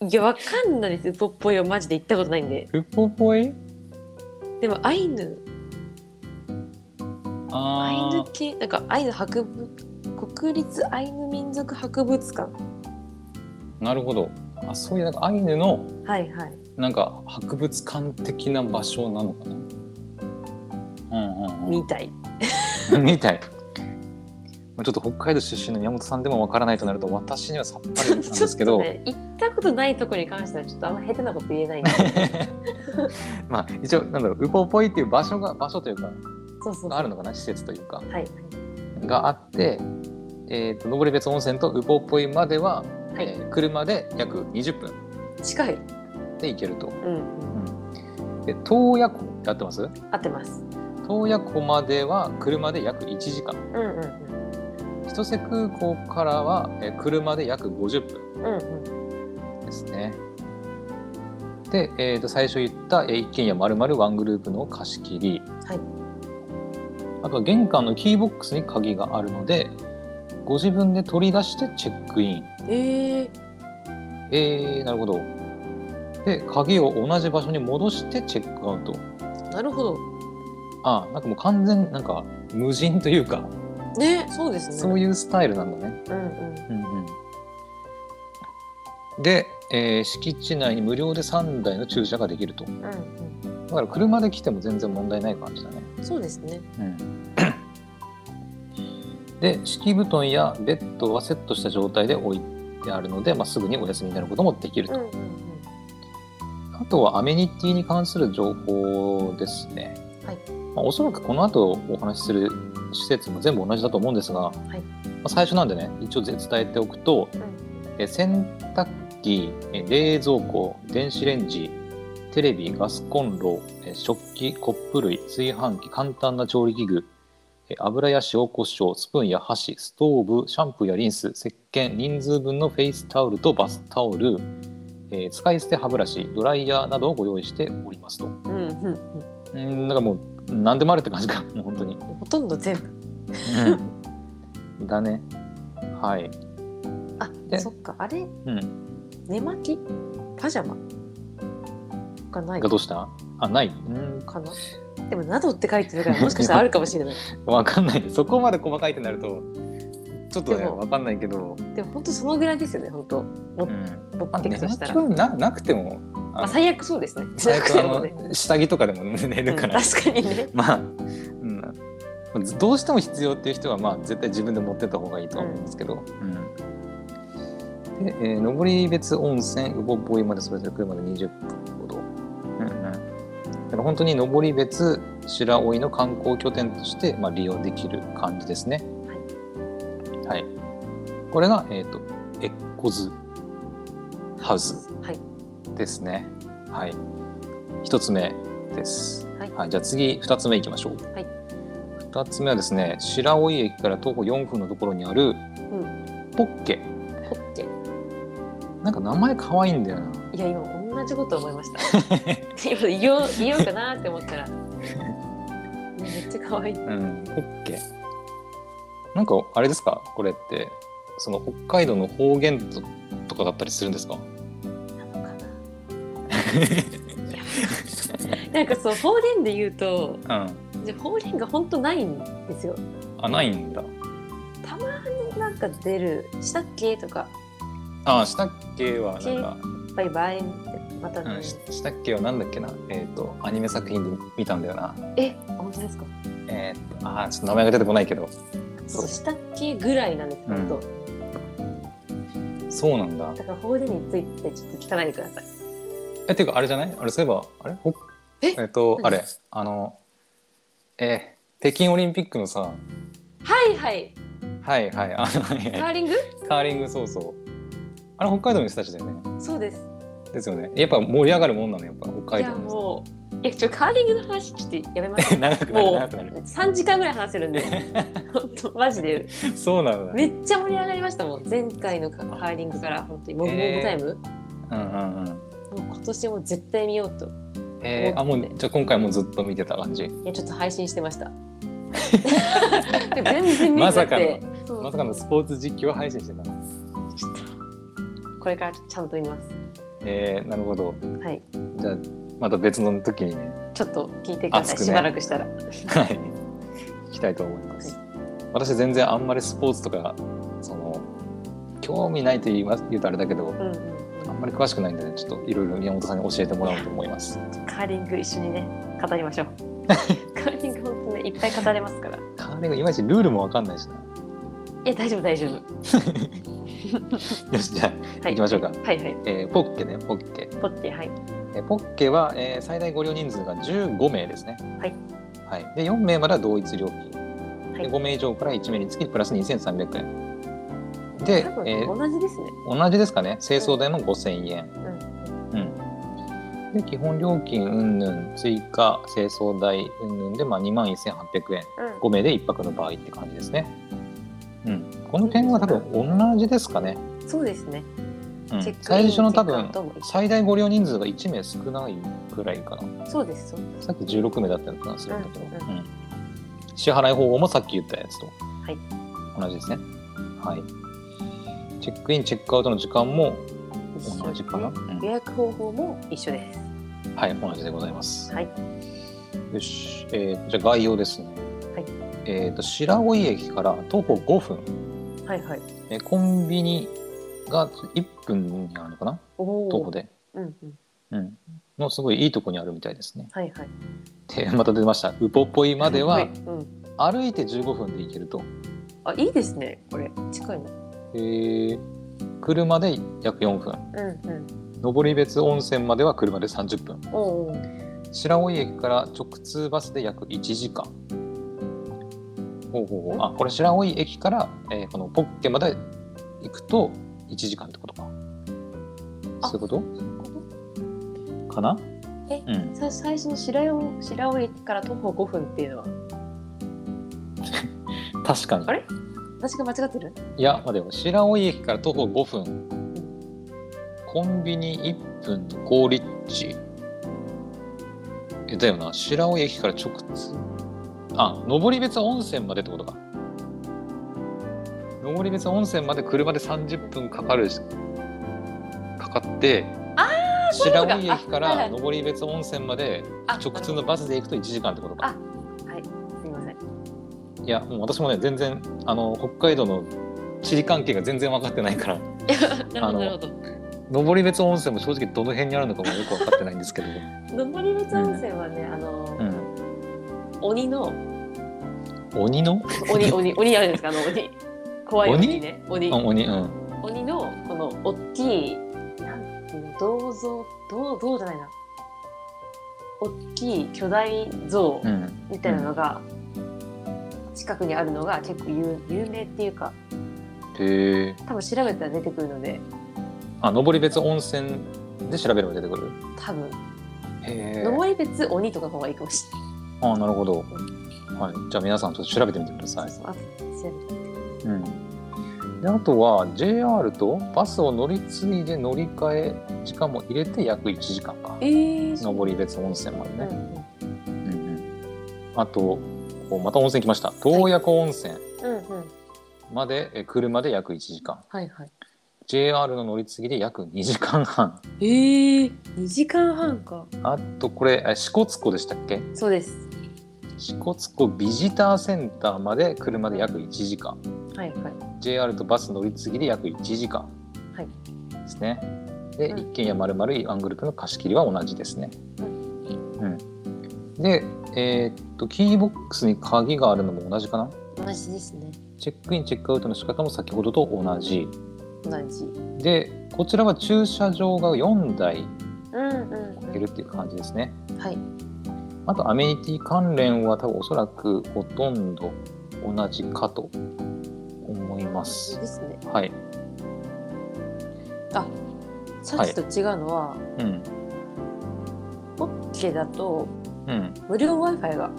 Speaker 2: いやわかんないですウポっぽいはマジで行ったことないんで
Speaker 1: ウポポイ？
Speaker 2: でもアイヌアイ
Speaker 1: あ
Speaker 2: ヌ系なんかアイヌ博物国立アイヌ民族博物館
Speaker 1: あなるほど。あそういうなんかアイヌの
Speaker 2: はいはい
Speaker 1: なんか博物館的な場所なのかな。うんうんうん
Speaker 2: みたい
Speaker 1: みたい。まあちょっと北海道出身の宮本さんでもわからないとなると私にはさっぱりなんですけど、
Speaker 2: ちょっとね行ったことないとこに関してはちょっとあんま下手なこと言 えないんで
Speaker 1: まあ一応なんだろうウポポイっていう場所が場所というか
Speaker 2: そうそうそう
Speaker 1: があるのかな施設というか
Speaker 2: はい
Speaker 1: があって、えー、と登別温泉とウポポイまでは、
Speaker 2: はい
Speaker 1: えー車で約20分
Speaker 2: 近い
Speaker 1: で行けると。
Speaker 2: うん
Speaker 1: で洞爺湖やってます
Speaker 2: 合ってます
Speaker 1: 洞爺湖までは車で約1時間
Speaker 2: うんうんうん
Speaker 1: 千歳空港からは、えー車で約50分。
Speaker 2: うんうん
Speaker 1: ですね。で、えー、と最初言ったえー一軒家まるまるワングループの貸し切り、
Speaker 2: はい
Speaker 1: あとは玄関のキーボックスに鍵があるのでご自分で取り出してチェックイン。
Speaker 2: えー、
Speaker 1: えー、なるほど。で鍵を同じ場所に戻してチェックアウト。
Speaker 2: なるほど
Speaker 1: あなんかもう完全になんか無人というか、
Speaker 2: ね、そうですね。
Speaker 1: そういうスタイルなんだね。
Speaker 2: うんうん。
Speaker 1: で、えー敷地内に無料で3台の駐車ができると
Speaker 2: うんうん。
Speaker 1: だから車で来ても全然問題ない感じだね、
Speaker 2: そうですね。
Speaker 1: で敷布団やベッドはセットした状態で置いてあるので、まあ、すぐにお休みになることもできる
Speaker 2: うん
Speaker 1: と、
Speaker 2: うんうん。
Speaker 1: あとはアメニティに関する情報ですね、
Speaker 2: はい
Speaker 1: まあ、おそらくこの後お話しする施設も全部同じだと思うんですが、
Speaker 2: い
Speaker 1: まあ、最初なんでね一応伝えておくと、えー洗濯機、えー冷蔵庫、電子レンジ、テレビ、ガスコンロ、えー食器、コップ類、炊飯器、簡単な調理器具、えー油や塩、コショウ、スプーンや箸、ストーブ、シャンプーやリンス、石鹸、人数分のフェイスタオルとバスタオル、えー使い捨て歯ブラシ、ドライヤーなどをご用意しておりますと。う
Speaker 2: うんうんうん
Speaker 1: ーん、だからもう何でもあるって感じか、 もう本当に。
Speaker 2: うん。ほとんど全部。
Speaker 1: だね。はい。
Speaker 2: あ
Speaker 1: で、
Speaker 2: そっか。あれ
Speaker 1: うん。
Speaker 2: 寝巻きパジャマがない
Speaker 1: が
Speaker 2: か
Speaker 1: どうしたあ、ない。うーん
Speaker 2: な。でもなどって書いてるからもしかしたらあるかもしれない。
Speaker 1: わかんないそこまで細かいってなるとちょっと
Speaker 2: で
Speaker 1: ね
Speaker 2: も
Speaker 1: わかんないけど、
Speaker 2: でも本当そのぐらいですよね。本当
Speaker 1: うん、
Speaker 2: 持っていくとしたら。
Speaker 1: まあ寝巻きはななくても
Speaker 2: まあ、最悪そうですね。
Speaker 1: 最悪あ
Speaker 2: なく
Speaker 1: の
Speaker 2: てもね
Speaker 1: 下着とかでも寝るから、
Speaker 2: うん確かにね。
Speaker 1: まあ、うん、どうしても必要っていう人はまあ絶対自分で持ってった方がいいとは思うんですけど、うんで、えー登別温泉うぼぼいまでそれぞれ車で20分ほど、うんうん、だから本当に登別白老の観光拠点として、まあ、利用できる感じですねはい、これがえっ、とエッコズハウス
Speaker 2: はい。
Speaker 1: ですねはい一つ目です
Speaker 2: はい。
Speaker 1: はい、じゃあ次2つ目いきましょう、
Speaker 2: はい
Speaker 1: 2つ目はですね白老駅から徒歩4分のところにあるポッケ、
Speaker 2: ポッケ。
Speaker 1: なんか名前かわいいんだよな
Speaker 2: いや今同じこと思いました。 今言おう言おうかなって思ったら。いやめっちゃ可愛い。
Speaker 1: うんポッケなんかあれですかこれってその北海道の方言ととかだったりするんですか
Speaker 2: なんかそう方言で言う
Speaker 1: う
Speaker 2: と、
Speaker 1: ん
Speaker 2: じゃあ方言が本当ないんですよ。
Speaker 1: あないんだ
Speaker 2: たまになんか出るしたっけとか
Speaker 1: あしたっけはなんか、
Speaker 2: バイバイみたいなまた、
Speaker 1: うん、ししたっけはなんだっけなえっ、とアニメ作品で見たんだよな
Speaker 2: え本当ですか。
Speaker 1: えっ、とあーちょっと名前が出てこないけど
Speaker 2: そ
Speaker 1: そう
Speaker 2: うしたっけぐらいなんです本当。
Speaker 1: そうなんだ
Speaker 2: だから方言についてちょっと聞かないでください。
Speaker 1: えていうかあれじゃないあれそういえばあれほ
Speaker 2: え
Speaker 1: えっと
Speaker 2: 何
Speaker 1: あれあのえー北京オリンピックのさ
Speaker 2: はいはい。
Speaker 1: はいはいあ
Speaker 2: カー
Speaker 1: の
Speaker 2: リング？
Speaker 1: カーリングそうそうあれ北海道の人たちだよね
Speaker 2: そうです。
Speaker 1: ですよねやっぱ盛り上がるもんなのやっぱ北
Speaker 2: い
Speaker 1: 海道
Speaker 2: や
Speaker 1: の
Speaker 2: もういやちょカーリングの話ちょっとやめます。
Speaker 1: 長くなる
Speaker 2: も
Speaker 1: 長くなる
Speaker 2: う三時間ぐらい話せるんで、本当マジで
Speaker 1: そうなんだ
Speaker 2: めっちゃ盛り上がりましたもん。前回のカーリングから本当にもぐもぐタイム。
Speaker 1: うんうんうん
Speaker 2: もう今年も絶対見ようと。
Speaker 1: えー、あもうじゃあ今回もずっと見てた感じ
Speaker 2: いやちょっと配信してました。 でも全然見
Speaker 1: ま
Speaker 2: な
Speaker 1: さ
Speaker 2: く
Speaker 1: かの
Speaker 2: て、そう
Speaker 1: まさかのスポーツ実況配信してたの
Speaker 2: これからちゃんと見ます。
Speaker 1: えー、なるほど
Speaker 2: はい。
Speaker 1: じゃあまた別の時にね
Speaker 2: ちょっと聞いてくださ
Speaker 1: 熱
Speaker 2: い。
Speaker 1: くね
Speaker 2: しばらくし たら。
Speaker 1: はい、聞きたいと思います。私全然あんまりスポーツとかその興味ないと言います言うとあれだけど
Speaker 2: うんうんうん
Speaker 1: あんまり詳しくないんでねちょっといろいろ宮本さんに教えてもらおうと思います。
Speaker 2: カーリング一緒にね語りましょう カーリング本当ねいっぱい語れますからい
Speaker 1: カーリングいまいちルールもわかんないしな。
Speaker 2: や大丈夫大丈夫
Speaker 1: よしじゃあ、
Speaker 2: は
Speaker 1: 行
Speaker 2: い
Speaker 1: きましょうか。
Speaker 2: はいはい
Speaker 1: えーポッケねポッケ。
Speaker 2: ポッケはい
Speaker 1: えーポッケは、えー最大ご利用人数が15名ですね。
Speaker 2: はい。
Speaker 1: はい、で4名までは同一料金。
Speaker 2: は
Speaker 1: で
Speaker 2: い
Speaker 1: 5名以上から1名につきプラス2300円。で
Speaker 2: 多、分、
Speaker 1: えー
Speaker 2: 同じですね
Speaker 1: 同じですかね清掃代も5000円、うんで基本料金うんぬん追加清掃代うんぬんで、まあ、2万1800円
Speaker 2: うん
Speaker 1: 5名で1泊の場合って感じですね、うん、この点は多分同じですかね、
Speaker 2: そうですね
Speaker 1: うん
Speaker 2: チェックイン
Speaker 1: 最初の多
Speaker 2: チェックア
Speaker 1: 分
Speaker 2: ウトも一緒
Speaker 1: 最大ご利用人数が1名少ないくらいかな
Speaker 2: そうですそう
Speaker 1: さっき16名だったのかなするんだけど、
Speaker 2: うん
Speaker 1: うん支払い方法もさっき言ったやつと
Speaker 2: い
Speaker 1: 同じですね、はい、チェックインチェックアウトの時間も
Speaker 2: です一緒
Speaker 1: 同じかな、うん
Speaker 2: 予約方法も一緒です
Speaker 1: はい、同じでございます。
Speaker 2: はい
Speaker 1: よし、えーじゃあ概要ですね。
Speaker 2: はい
Speaker 1: えー、と白老駅から徒歩5分、
Speaker 2: はいはい。
Speaker 1: えーコンビニが1分にあるのかな
Speaker 2: おお。
Speaker 1: 徒歩で、
Speaker 2: うんうん。
Speaker 1: うん、のすごいいいとこにあるみたいですね。
Speaker 2: はいはい。
Speaker 1: で また出ましたウポポイまで
Speaker 2: は。
Speaker 1: はい
Speaker 2: うん。
Speaker 1: 歩いて15分で行けると、
Speaker 2: あ、いいですね。これ。近いの。
Speaker 1: えー車で約4分
Speaker 2: うんうん。
Speaker 1: 登別温泉までは車で30分
Speaker 2: おお。
Speaker 1: 白老駅から直通バスで約1時間ほうほうほうあこれ白老駅から、えーこのポッケまで行くと1時間ってことか
Speaker 2: あ
Speaker 1: そういうことかな
Speaker 2: え
Speaker 1: うん、
Speaker 2: さ最初の白老白老駅から徒歩5分っていうのは
Speaker 1: 確かに
Speaker 2: あれ私が間違ってる
Speaker 1: いやまあでも白老駅から徒歩5分コンビニ1分の好立地えだよな白老駅から直通あ登別温泉までってことか登別温泉まで車で30分かかるかかって
Speaker 2: そういうこ
Speaker 1: 白
Speaker 2: とか
Speaker 1: 老駅か
Speaker 2: あはいは
Speaker 1: ら
Speaker 2: い
Speaker 1: 登別温泉まで
Speaker 2: あ
Speaker 1: 直通のバスで行くと1時間ってことか
Speaker 2: すいません
Speaker 1: いやもう私もね全然あの北海道の地理関係が全然分かってないから
Speaker 2: なるほ
Speaker 1: あ
Speaker 2: ど
Speaker 1: の
Speaker 2: なるほど
Speaker 1: 登別温泉も正直どの辺にあるのかもよく分かってないんですけど、
Speaker 2: 登別温泉はね、あの、
Speaker 1: うん、
Speaker 2: 鬼の
Speaker 1: 鬼の
Speaker 2: 鬼鬼鬼あるんですかあの鬼怖い鬼ね鬼
Speaker 1: あ
Speaker 2: 鬼
Speaker 1: 鬼うん
Speaker 2: のこの大きいなんていうの銅像銅銅じゃないな大きい巨大像
Speaker 1: うん
Speaker 2: みたいなのが、近くにあるのが結構有有名っていうか
Speaker 1: へえ
Speaker 2: 多分調べたら出てくるので
Speaker 1: あ登別温泉で調べれば出てくる
Speaker 2: 多分
Speaker 1: へえ
Speaker 2: 登別鬼とかの方がいいかもしれ
Speaker 1: あなるほど、はい、じゃあ皆さんちょっと調べてみてくださ
Speaker 2: ないい、そうそうあそう
Speaker 1: うんであとは JR とバスを乗り継いで乗り換え時間も入れて約1時間か
Speaker 2: えー、そう
Speaker 1: 登別温泉まで
Speaker 2: うん
Speaker 1: ね、
Speaker 2: うん
Speaker 1: うんうんあとこうまた温泉来ました洞爺湖温泉
Speaker 2: うんうん
Speaker 1: まで、え車で約1時間
Speaker 2: はいはい。
Speaker 1: JR の乗り継ぎで約2時間半
Speaker 2: ええ二時間半か。
Speaker 1: あとこれえ支笏湖でしたっけ
Speaker 2: そうです。
Speaker 1: 支笏湖ビジターセンターまで車で約1時間
Speaker 2: はいはい。
Speaker 1: JR とバス乗り継ぎで約1時間
Speaker 2: はい
Speaker 1: ですね、で、
Speaker 2: うん
Speaker 1: 一軒家まるまるワングループの貸し切りは同じですね
Speaker 2: う
Speaker 1: うん、でえーっとキーボックスに鍵があるのも同じかな
Speaker 2: 同じですね。
Speaker 1: チェックインチェックアウトの仕方も先ほどと同じ
Speaker 2: 同じ。うん
Speaker 1: でこちらは駐車場が4台
Speaker 2: うん、
Speaker 1: いるっていう感じですね
Speaker 2: はい。
Speaker 1: あとアメニティ関連は多分おそらくほとんど同じかと思います。
Speaker 2: ですね。
Speaker 1: はい。
Speaker 2: さっきと違うのは、
Speaker 1: うん。
Speaker 2: ポッケだと
Speaker 1: うん。
Speaker 2: 無料 Wi-Fi が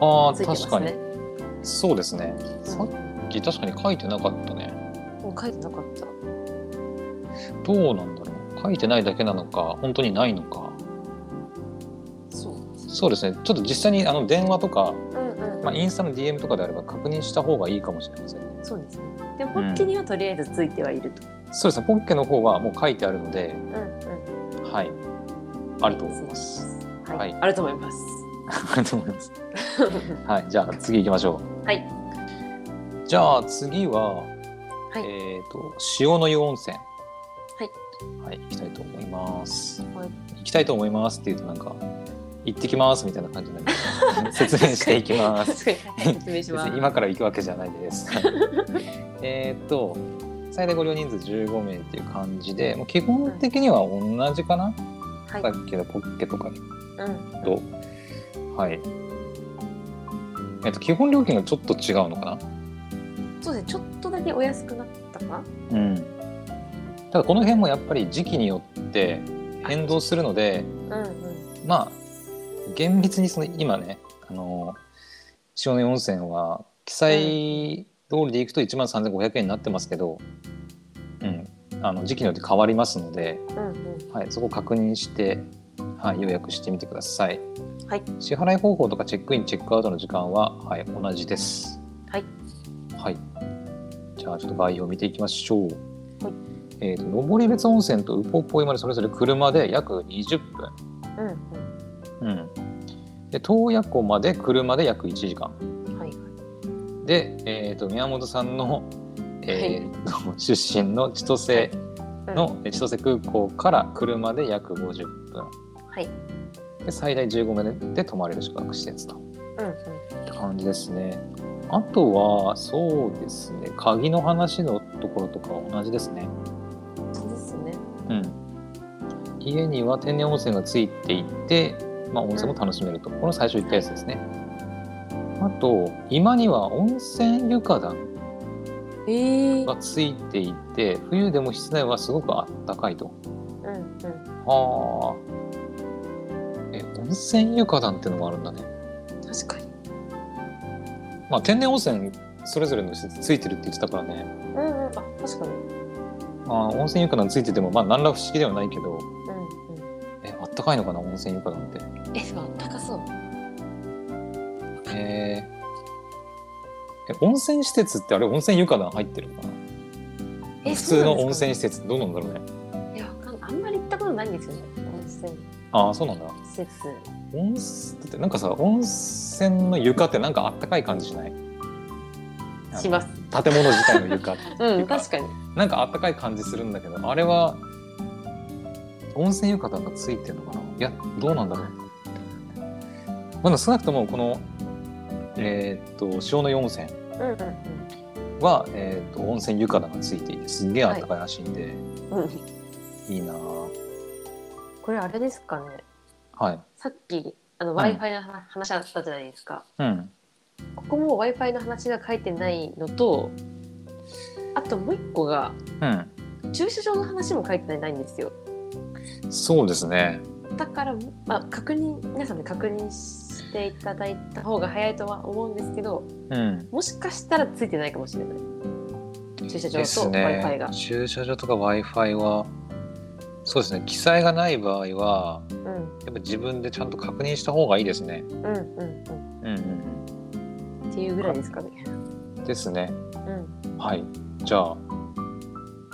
Speaker 1: ああ、
Speaker 2: ついてます
Speaker 1: 確かに。
Speaker 2: ね。
Speaker 1: そうですね。さっ
Speaker 2: う
Speaker 1: き確かに書いてなかったね。
Speaker 2: んもう書いてなかった。
Speaker 1: どうなんだろう。書いてないだけなのか、本当にないのか。
Speaker 2: そう。
Speaker 1: そうですね。ちょっと実際にあの電話とか、
Speaker 2: うんうん。
Speaker 1: まあ、インスタの DM とかであれば確認した方がいいかもしれませんね。
Speaker 2: そうですね。でもポッケにはとりあえずついてはいると。
Speaker 1: そうですね。ポッケの方はもう書いてあるので、
Speaker 2: うんうん。
Speaker 1: はい。あると思い ます。
Speaker 2: はい。
Speaker 1: はい
Speaker 2: あると思 います。
Speaker 1: あると思います。はい。じゃあ次行きましょう。
Speaker 2: はい。
Speaker 1: じゃあ次は、
Speaker 2: はい
Speaker 1: えっ、と塩の湯温泉
Speaker 2: はい
Speaker 1: はい、行きたいと思います、
Speaker 2: はい
Speaker 1: 行きたいと思いますって言うとなんか行ってきますみたいな感じになり ます説明していきます
Speaker 2: す。確 かに。はい説明し
Speaker 1: 別
Speaker 2: ます。
Speaker 1: に今から行くわけじゃないです。えーっと最大ご利用人数15名っていう感じでもう基本的には同じかな、
Speaker 2: はい
Speaker 1: さ。っきのポッケとか
Speaker 2: うん。
Speaker 1: とはいえっと基本料金がちょっと違うのかな
Speaker 2: そうですね。ちょっとだけお安くなったかな。
Speaker 1: うん、ただこの辺もやっぱり時期によって変動するので
Speaker 2: うんうん。
Speaker 1: まあ厳密にその今ねあの塩の温泉は記載通りでいくと1万3500円になってますけど、うん、あの時期によって変わりますので、
Speaker 2: うんうん。
Speaker 1: はい、そこ確認して、はい、予約してみてください、
Speaker 2: はい
Speaker 1: 支払い方法とかチェックインチェックアウトの時間は、はい、同じです
Speaker 2: はい、
Speaker 1: はい、じゃあちょっと概要を見ていきましょう、
Speaker 2: はい
Speaker 1: えーと登別温泉とウポポイまでそれぞれ車で約20分、
Speaker 2: うん
Speaker 1: うん、で洞爺湖まで車で約1時間
Speaker 2: うん。はい。
Speaker 1: で、えー、と宮本さんの、えー と出身の千歳のえ千歳空港から車で約50分
Speaker 2: はい。
Speaker 1: で最大15分で泊まれる宿泊施設と
Speaker 2: うんうん。
Speaker 1: って感じですね。あとはそうですね鍵の話のところとかは同じですね。
Speaker 2: そうですね。
Speaker 1: うん、家には天然温泉がついていて、まあ、温泉も楽しめると、この最初言ったやつですね。あと今には温泉床暖
Speaker 2: ええ
Speaker 1: がついていて冬でも室内はすごくあったかいと。
Speaker 2: うんうん。
Speaker 1: はあ。え温泉床暖ってのがあるんだね。
Speaker 2: 確かに。
Speaker 1: まあ天然温泉それぞれの施設ついてるって言ってたからね。
Speaker 2: うんうん。あ、確かに。
Speaker 1: まあ温泉床暖ついててもまあ何ら不思議ではないけど、
Speaker 2: うんうん。
Speaker 1: えあったかいのかな温泉床暖って。
Speaker 2: え、でもあったかそう。
Speaker 1: えーえ温泉施設ってあれ温泉床暖入ってるのかな
Speaker 2: え
Speaker 1: 普通の温
Speaker 2: そう
Speaker 1: 泉施設ってどうなんだろうね
Speaker 2: なんですかね。いや、わかんない。あんまり行ったことないんですよね。温泉
Speaker 1: ああそうなんだ
Speaker 2: 施設。
Speaker 1: 温泉だってなんかさ温泉の床ってなんかあったかい感じしない
Speaker 2: しま
Speaker 1: あ
Speaker 2: す。
Speaker 1: の建物自体の床
Speaker 2: うん、確かに。
Speaker 1: なんかあったかい感じするんだけどあれは温泉浴衣がついてるのかないやどうなんだろうまだ少なくともこのえーっと塩の湯温泉
Speaker 2: うんうん
Speaker 1: は、えーっと温泉浴衣がついていてすんげえあったかいらしいんで、
Speaker 2: うん。うん。
Speaker 1: いいなぁ
Speaker 2: これあれですかね。
Speaker 1: はい
Speaker 2: さっき、あの、
Speaker 1: はい
Speaker 2: Wi-Fi の話話あったじゃないですか。
Speaker 1: うん
Speaker 2: ここも Wi-Fi の話が書いてないのと、あともう一個が、
Speaker 1: うん
Speaker 2: 駐車場の話も書いてないんですよ。
Speaker 1: そうですね
Speaker 2: だから、まあ、確認皆さんで確認していただいた方が早いとは思うんですけど
Speaker 1: うん
Speaker 2: もしかしたらついてないかもしれない駐車場
Speaker 1: で
Speaker 2: と
Speaker 1: す
Speaker 2: w i f i
Speaker 1: ね
Speaker 2: が、
Speaker 1: 駐車場とか w i f i はそうですね記載がない場合は
Speaker 2: うん
Speaker 1: やっぱ自分でちゃんと確認した方がいいですね
Speaker 2: うんうん
Speaker 1: うんうん
Speaker 2: うんっていうぐらいですかね
Speaker 1: うんですね
Speaker 2: うん
Speaker 1: はいじゃあ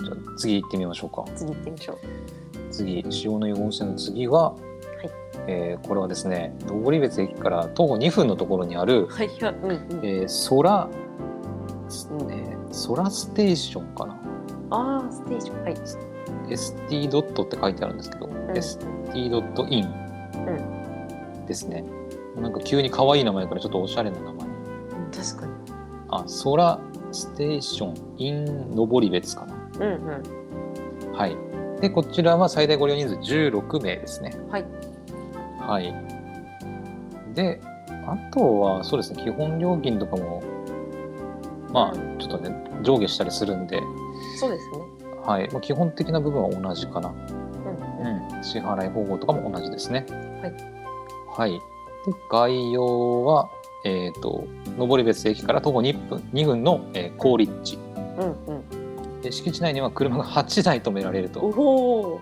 Speaker 1: じゃあ次行ってみましょうか
Speaker 2: 次行ってみましょう
Speaker 1: 次塩の湯温泉の次は、えーこれはですね登別駅から徒歩2分のところにある、
Speaker 2: はいいやうんう
Speaker 1: え
Speaker 2: ん
Speaker 1: ー、空、
Speaker 2: うん
Speaker 1: えー、空ステーションかな
Speaker 2: ああステーションはい
Speaker 1: ST ドットって書いてあるんですけど、ST ドットインですね。なんか急に可愛い名前からちょっとおしゃれな名前に。
Speaker 2: うん確かに
Speaker 1: あ、空ステーションイン登別かな。
Speaker 2: うんうん
Speaker 1: はい。で、こちらは最大ご利用人数16名ですね。
Speaker 2: はい
Speaker 1: はい。で、あとはそうですね、基本料金とかも、まあ、ちょっとね、上下したりするんで、
Speaker 2: そうですね
Speaker 1: はい。まあ、基本的な部分は同じかな。
Speaker 2: うん
Speaker 1: うん、支払い方法とかも同じですね。
Speaker 2: はい。
Speaker 1: はい。で概要は、えー、と登別駅から徒歩2分 ,2 分の、えー、高立地
Speaker 2: うんうん
Speaker 1: で敷地内には車が8台止められると
Speaker 2: おお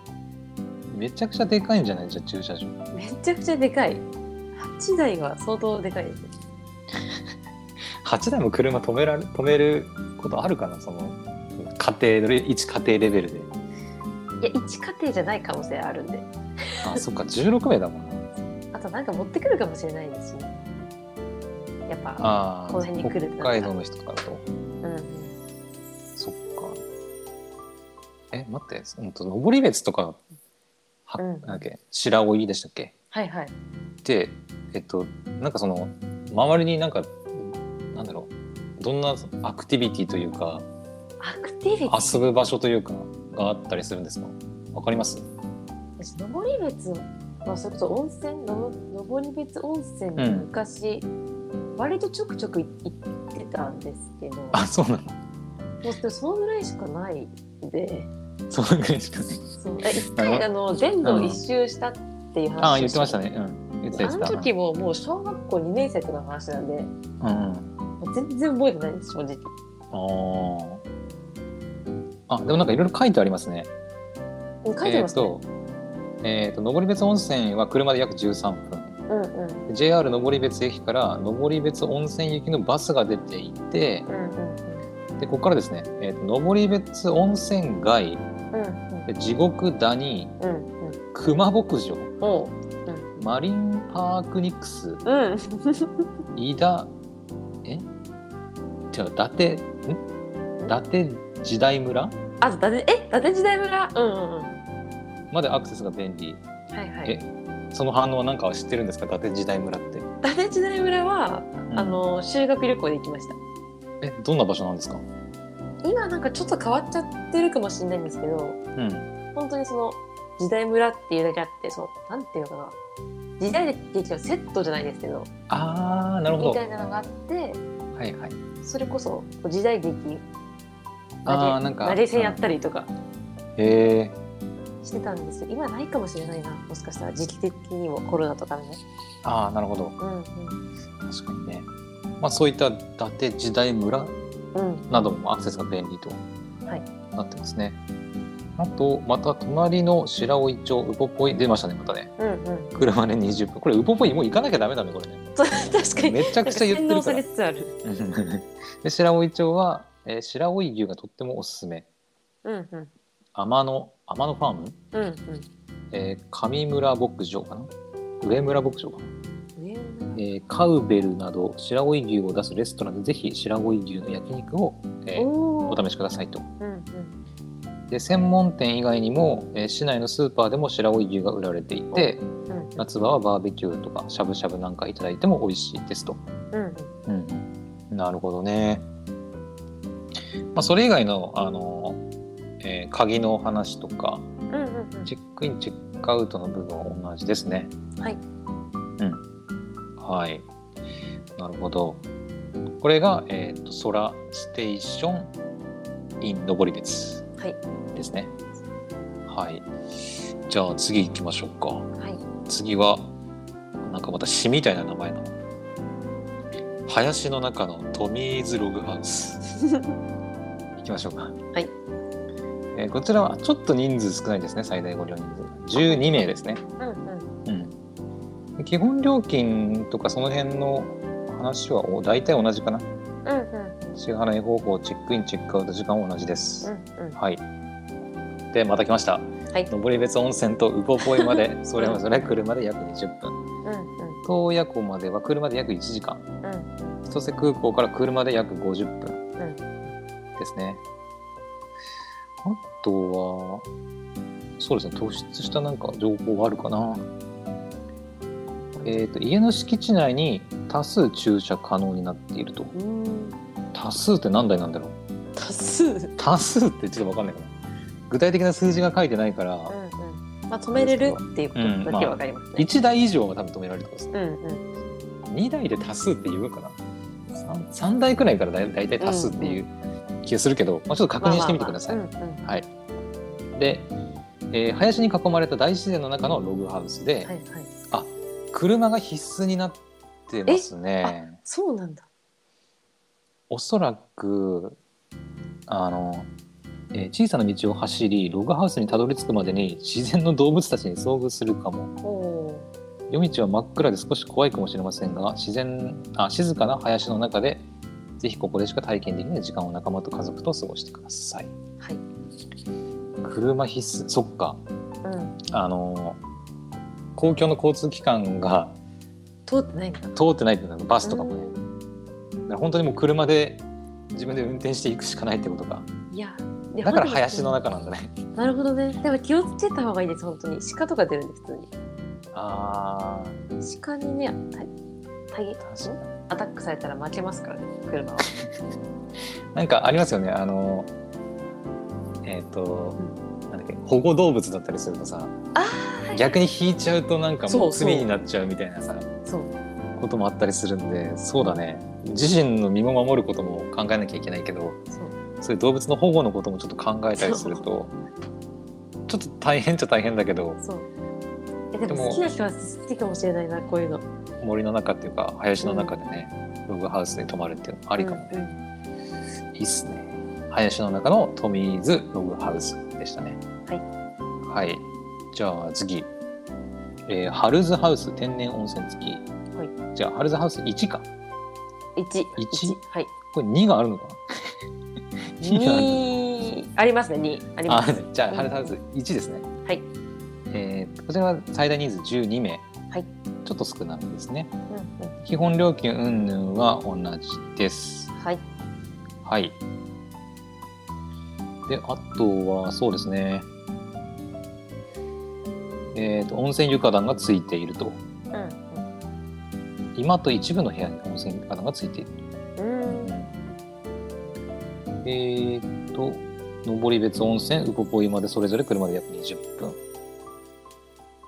Speaker 1: めちゃくちゃでかいんじゃないじゃあ駐車場
Speaker 2: めちゃくちゃでかい8台は相当でかいですね
Speaker 1: 8台も車止められ止めることあるかなその家庭一家庭レベルで
Speaker 2: いや1家庭じゃない可能性あるんで
Speaker 1: あそっか16名だもんな
Speaker 2: あとなんか持ってくるかもしれないですし、ね、やっぱ、
Speaker 1: あ
Speaker 2: この辺に来る
Speaker 1: ー北海道の人からと
Speaker 2: うん、
Speaker 1: そっか。え、待って、うんと、登別とか、は、
Speaker 2: うん
Speaker 1: なんだっけ、白老でしたっけ
Speaker 2: はいはい
Speaker 1: で、えっと、なんかその、周りになんか、なんだろう、どんなアクティビティというか、
Speaker 2: アクティビティ
Speaker 1: 遊ぶ場所というか、があったりするんですかわかります
Speaker 2: 私登別まあそれこそ温泉の登別温泉に昔、割とちょくちょく行ってたんですけども
Speaker 1: あ、そうなの
Speaker 2: うでもそのぐらいしかないんで
Speaker 1: そうなんですかね。
Speaker 2: そうえ一回あの全土一周したっていう話を
Speaker 1: あ、言ってましたね。うん。言って
Speaker 2: あ
Speaker 1: た言
Speaker 2: の
Speaker 1: ってた。
Speaker 2: 時ももう小学校2年生とかの話なんで
Speaker 1: うんうん。
Speaker 2: もう全然覚えてないです正直
Speaker 1: ああ。あ、でもなんかいろいろ書いてありますね。
Speaker 2: うん書いてますね、
Speaker 1: えっと、えーと、登別温泉は車で約13分。
Speaker 2: うんうん
Speaker 1: JR 登別駅から登別温泉行きのバスが出ていて
Speaker 2: うんうん
Speaker 1: でここからですね、えーと登別温泉街
Speaker 2: うん
Speaker 1: で地獄谷
Speaker 2: うんうんうん
Speaker 1: 熊牧場
Speaker 2: おう
Speaker 1: マリンパークニクス
Speaker 2: うん
Speaker 1: 飯田え違う伊達ん伊達時代村
Speaker 2: あと伊達え伊達時代村うんうんうん
Speaker 1: までアクセスが便利
Speaker 2: はいは
Speaker 1: え
Speaker 2: い
Speaker 1: その反応は何かは知ってるんですか伊達時代村って、
Speaker 2: 伊達時代村は、あ
Speaker 1: あの
Speaker 2: の修学旅行で行きました
Speaker 1: えどんな場所なんですか
Speaker 2: 今なんかちょっと変わっちゃってるかもしれないんですけど
Speaker 1: うん
Speaker 2: 本当にその時代村っていうだけあってそのなんていうのかな時代劇のセットじゃないですけど
Speaker 1: ああなるほ
Speaker 2: み
Speaker 1: ど
Speaker 2: たいなのがあって
Speaker 1: はいはい
Speaker 2: それこそこう時代劇
Speaker 1: あー
Speaker 2: 投げ
Speaker 1: なんか
Speaker 2: 投げ銭やったりとか
Speaker 1: えー、
Speaker 2: してたんですよ今ないかもしれないなもしかしたら時期的にもコロナとかね、
Speaker 1: ああなるほど
Speaker 2: うん
Speaker 1: 確かにねまあそういった伊達時代村
Speaker 2: うんうん、
Speaker 1: などもアクセスが便利と
Speaker 2: はい
Speaker 1: なってますね、あとまた隣の白老町ウポポイ出ましたねまたね
Speaker 2: うんうん、
Speaker 1: 車で20分これウポポイもう行かなきゃダメだねこれね
Speaker 2: そう確かに
Speaker 1: めちゃくちゃ言ってるか
Speaker 2: 洗脳さ
Speaker 1: ら
Speaker 2: れつつある、
Speaker 1: で白老町は、えー白老牛がとってもおすすめ
Speaker 2: うんうん
Speaker 1: 天野天野ファーム、
Speaker 2: うん
Speaker 1: えー上村牧場かな上村牧場かな、
Speaker 2: うん上
Speaker 1: え
Speaker 2: 村
Speaker 1: ーカウベルなど白老牛を出すレストランでぜひ白老牛の焼肉を、えー
Speaker 2: お
Speaker 1: お
Speaker 2: ー
Speaker 1: 試しくださいと
Speaker 2: うんうん
Speaker 1: で専門店以外にも、えー市内のスーパーでも白老牛が売られていて
Speaker 2: うん
Speaker 1: 夏場はバーベキューとかしゃぶしゃぶなんかいただいても美味しいですと、
Speaker 2: うん
Speaker 1: うんうん、なるほどね、まあ、それ以外のあの、えー鍵の話とか
Speaker 2: うんうんうん
Speaker 1: チェックインチェックアウトの部分は同じですね
Speaker 2: はい
Speaker 1: うんはいなるほどこれが、えー、と空ステーションイン登り別
Speaker 2: はい
Speaker 1: ですね。はい。じゃあ次行きましょうか。
Speaker 2: はい。
Speaker 1: 次はなんかまた詩みたいな名前なの。林の中のトミーズログハウス。行きましょうか。はいえーこちらはちょっと人数少ないですね。最大ご利用人数12名ですね。
Speaker 2: うんうん
Speaker 1: うん。で基本料金とかその辺の話はお大体同じかな。
Speaker 2: うんうん
Speaker 1: 支払い方法、チェックイン、チェックアウト時間は同じです。
Speaker 2: うんうん
Speaker 1: はい。で、また来ました。
Speaker 2: はい
Speaker 1: 登別温泉とウポポイま で、それぞれ車で約20分。
Speaker 2: うんうん
Speaker 1: 洞爺湖までは車で約1時間。
Speaker 2: うん
Speaker 1: 千歳空港から車で約50分。
Speaker 2: うん
Speaker 1: ですね。あとは、そうですね、突出したなんか情報はあるかな。えっ、と、家の敷地内に多数駐車可能になっていると。
Speaker 2: うーん
Speaker 1: 多数って何台なんだろう
Speaker 2: 多数うんうん
Speaker 1: 多数ってちょっとわかんないかな。具体的な数字が書いてないから、
Speaker 2: まあ止めれるっていうことだけわかりますね、
Speaker 1: 1台以上は多分止められるってことですね。
Speaker 2: うんうん
Speaker 1: 2台で多数って言うかな 3, 3台くらいからだい大体多数っていう気がするけど、まあ、ちょっと確認してみてください。
Speaker 2: まあまあまあうんうん
Speaker 1: で、えー林に囲まれた大自然の中のログハウスで、
Speaker 2: はいはい
Speaker 1: 車が必須になってますね。
Speaker 2: そうなんだ
Speaker 1: おそらくあの、えー小さな道を走りログハウスにたどり着くまでに自然の動物たちに遭遇するかも。
Speaker 2: おお
Speaker 1: 夜道は真っ暗で少し怖いかもしれませんが自然あ静かな林の中でぜひここでしか体験できない時間を仲間と家族と過ごしてください
Speaker 2: はい
Speaker 1: 車必須そっか
Speaker 2: ーうん
Speaker 1: あのー公共の交通機関が
Speaker 2: 通ってないんだ
Speaker 1: 通ってないっていうのはバスとかもね、だから本当にもう車で自分で運転していくしかないってことか
Speaker 2: いやで
Speaker 1: だから
Speaker 2: 本当に
Speaker 1: 林の中なんだね
Speaker 2: なるほどねでも気をつけた方がいいです本当に鹿とか出るんです普通に
Speaker 1: あー
Speaker 2: 鹿にねたたぎ
Speaker 1: 確かに
Speaker 2: アタックされたら負けますからね車は
Speaker 1: なんかありますよねあのーえっ、と、なんだっけ保護動物だったりするとさ、逆に引いちゃうとなんか
Speaker 2: そ
Speaker 1: も
Speaker 2: う
Speaker 1: う
Speaker 2: そう
Speaker 1: 罪になっちゃうみたいなさ
Speaker 2: そう
Speaker 1: こともあったりするんでそうだね自身の身も守ることも考えなきゃいけないけど
Speaker 2: そう
Speaker 1: そういう動物の保護のこともちょっと考えたりするとちょっと大変っちゃ大変だけど
Speaker 2: そうえで
Speaker 1: で
Speaker 2: も
Speaker 1: も
Speaker 2: 好きな人は好きかもしれないなこういうの
Speaker 1: 森の中っていうか林の中でね、ログハウスに泊まるっていうのもあ
Speaker 2: あ
Speaker 1: りかもね、いいっすね林の中のトミーズログハウスでしたねはい、じゃあ次、えーハルズハウス天然温泉付き、
Speaker 2: は
Speaker 1: じゃあハルズハウス1か
Speaker 2: 一
Speaker 1: 一
Speaker 2: 一はい
Speaker 1: これ2があるのかな
Speaker 2: 二ありますね二ありま
Speaker 1: あ
Speaker 2: す
Speaker 1: じゃあ
Speaker 2: うん
Speaker 1: ハルズハウス1ですね。
Speaker 2: はい。
Speaker 1: えーこちらは最大人数12名。
Speaker 2: はい。
Speaker 1: ちょっと少なめですね。
Speaker 2: うんうん
Speaker 1: 基本料金云々は同じです。
Speaker 2: はい
Speaker 1: はい。で、あとは、そうですね。えっ、と、温泉床暖がついていると。
Speaker 2: うん
Speaker 1: 今と一部の部屋に温泉床暖がついている。
Speaker 2: うんうん
Speaker 1: えっ、と、登別温泉、ウポポイまでそれぞれ車で約20分。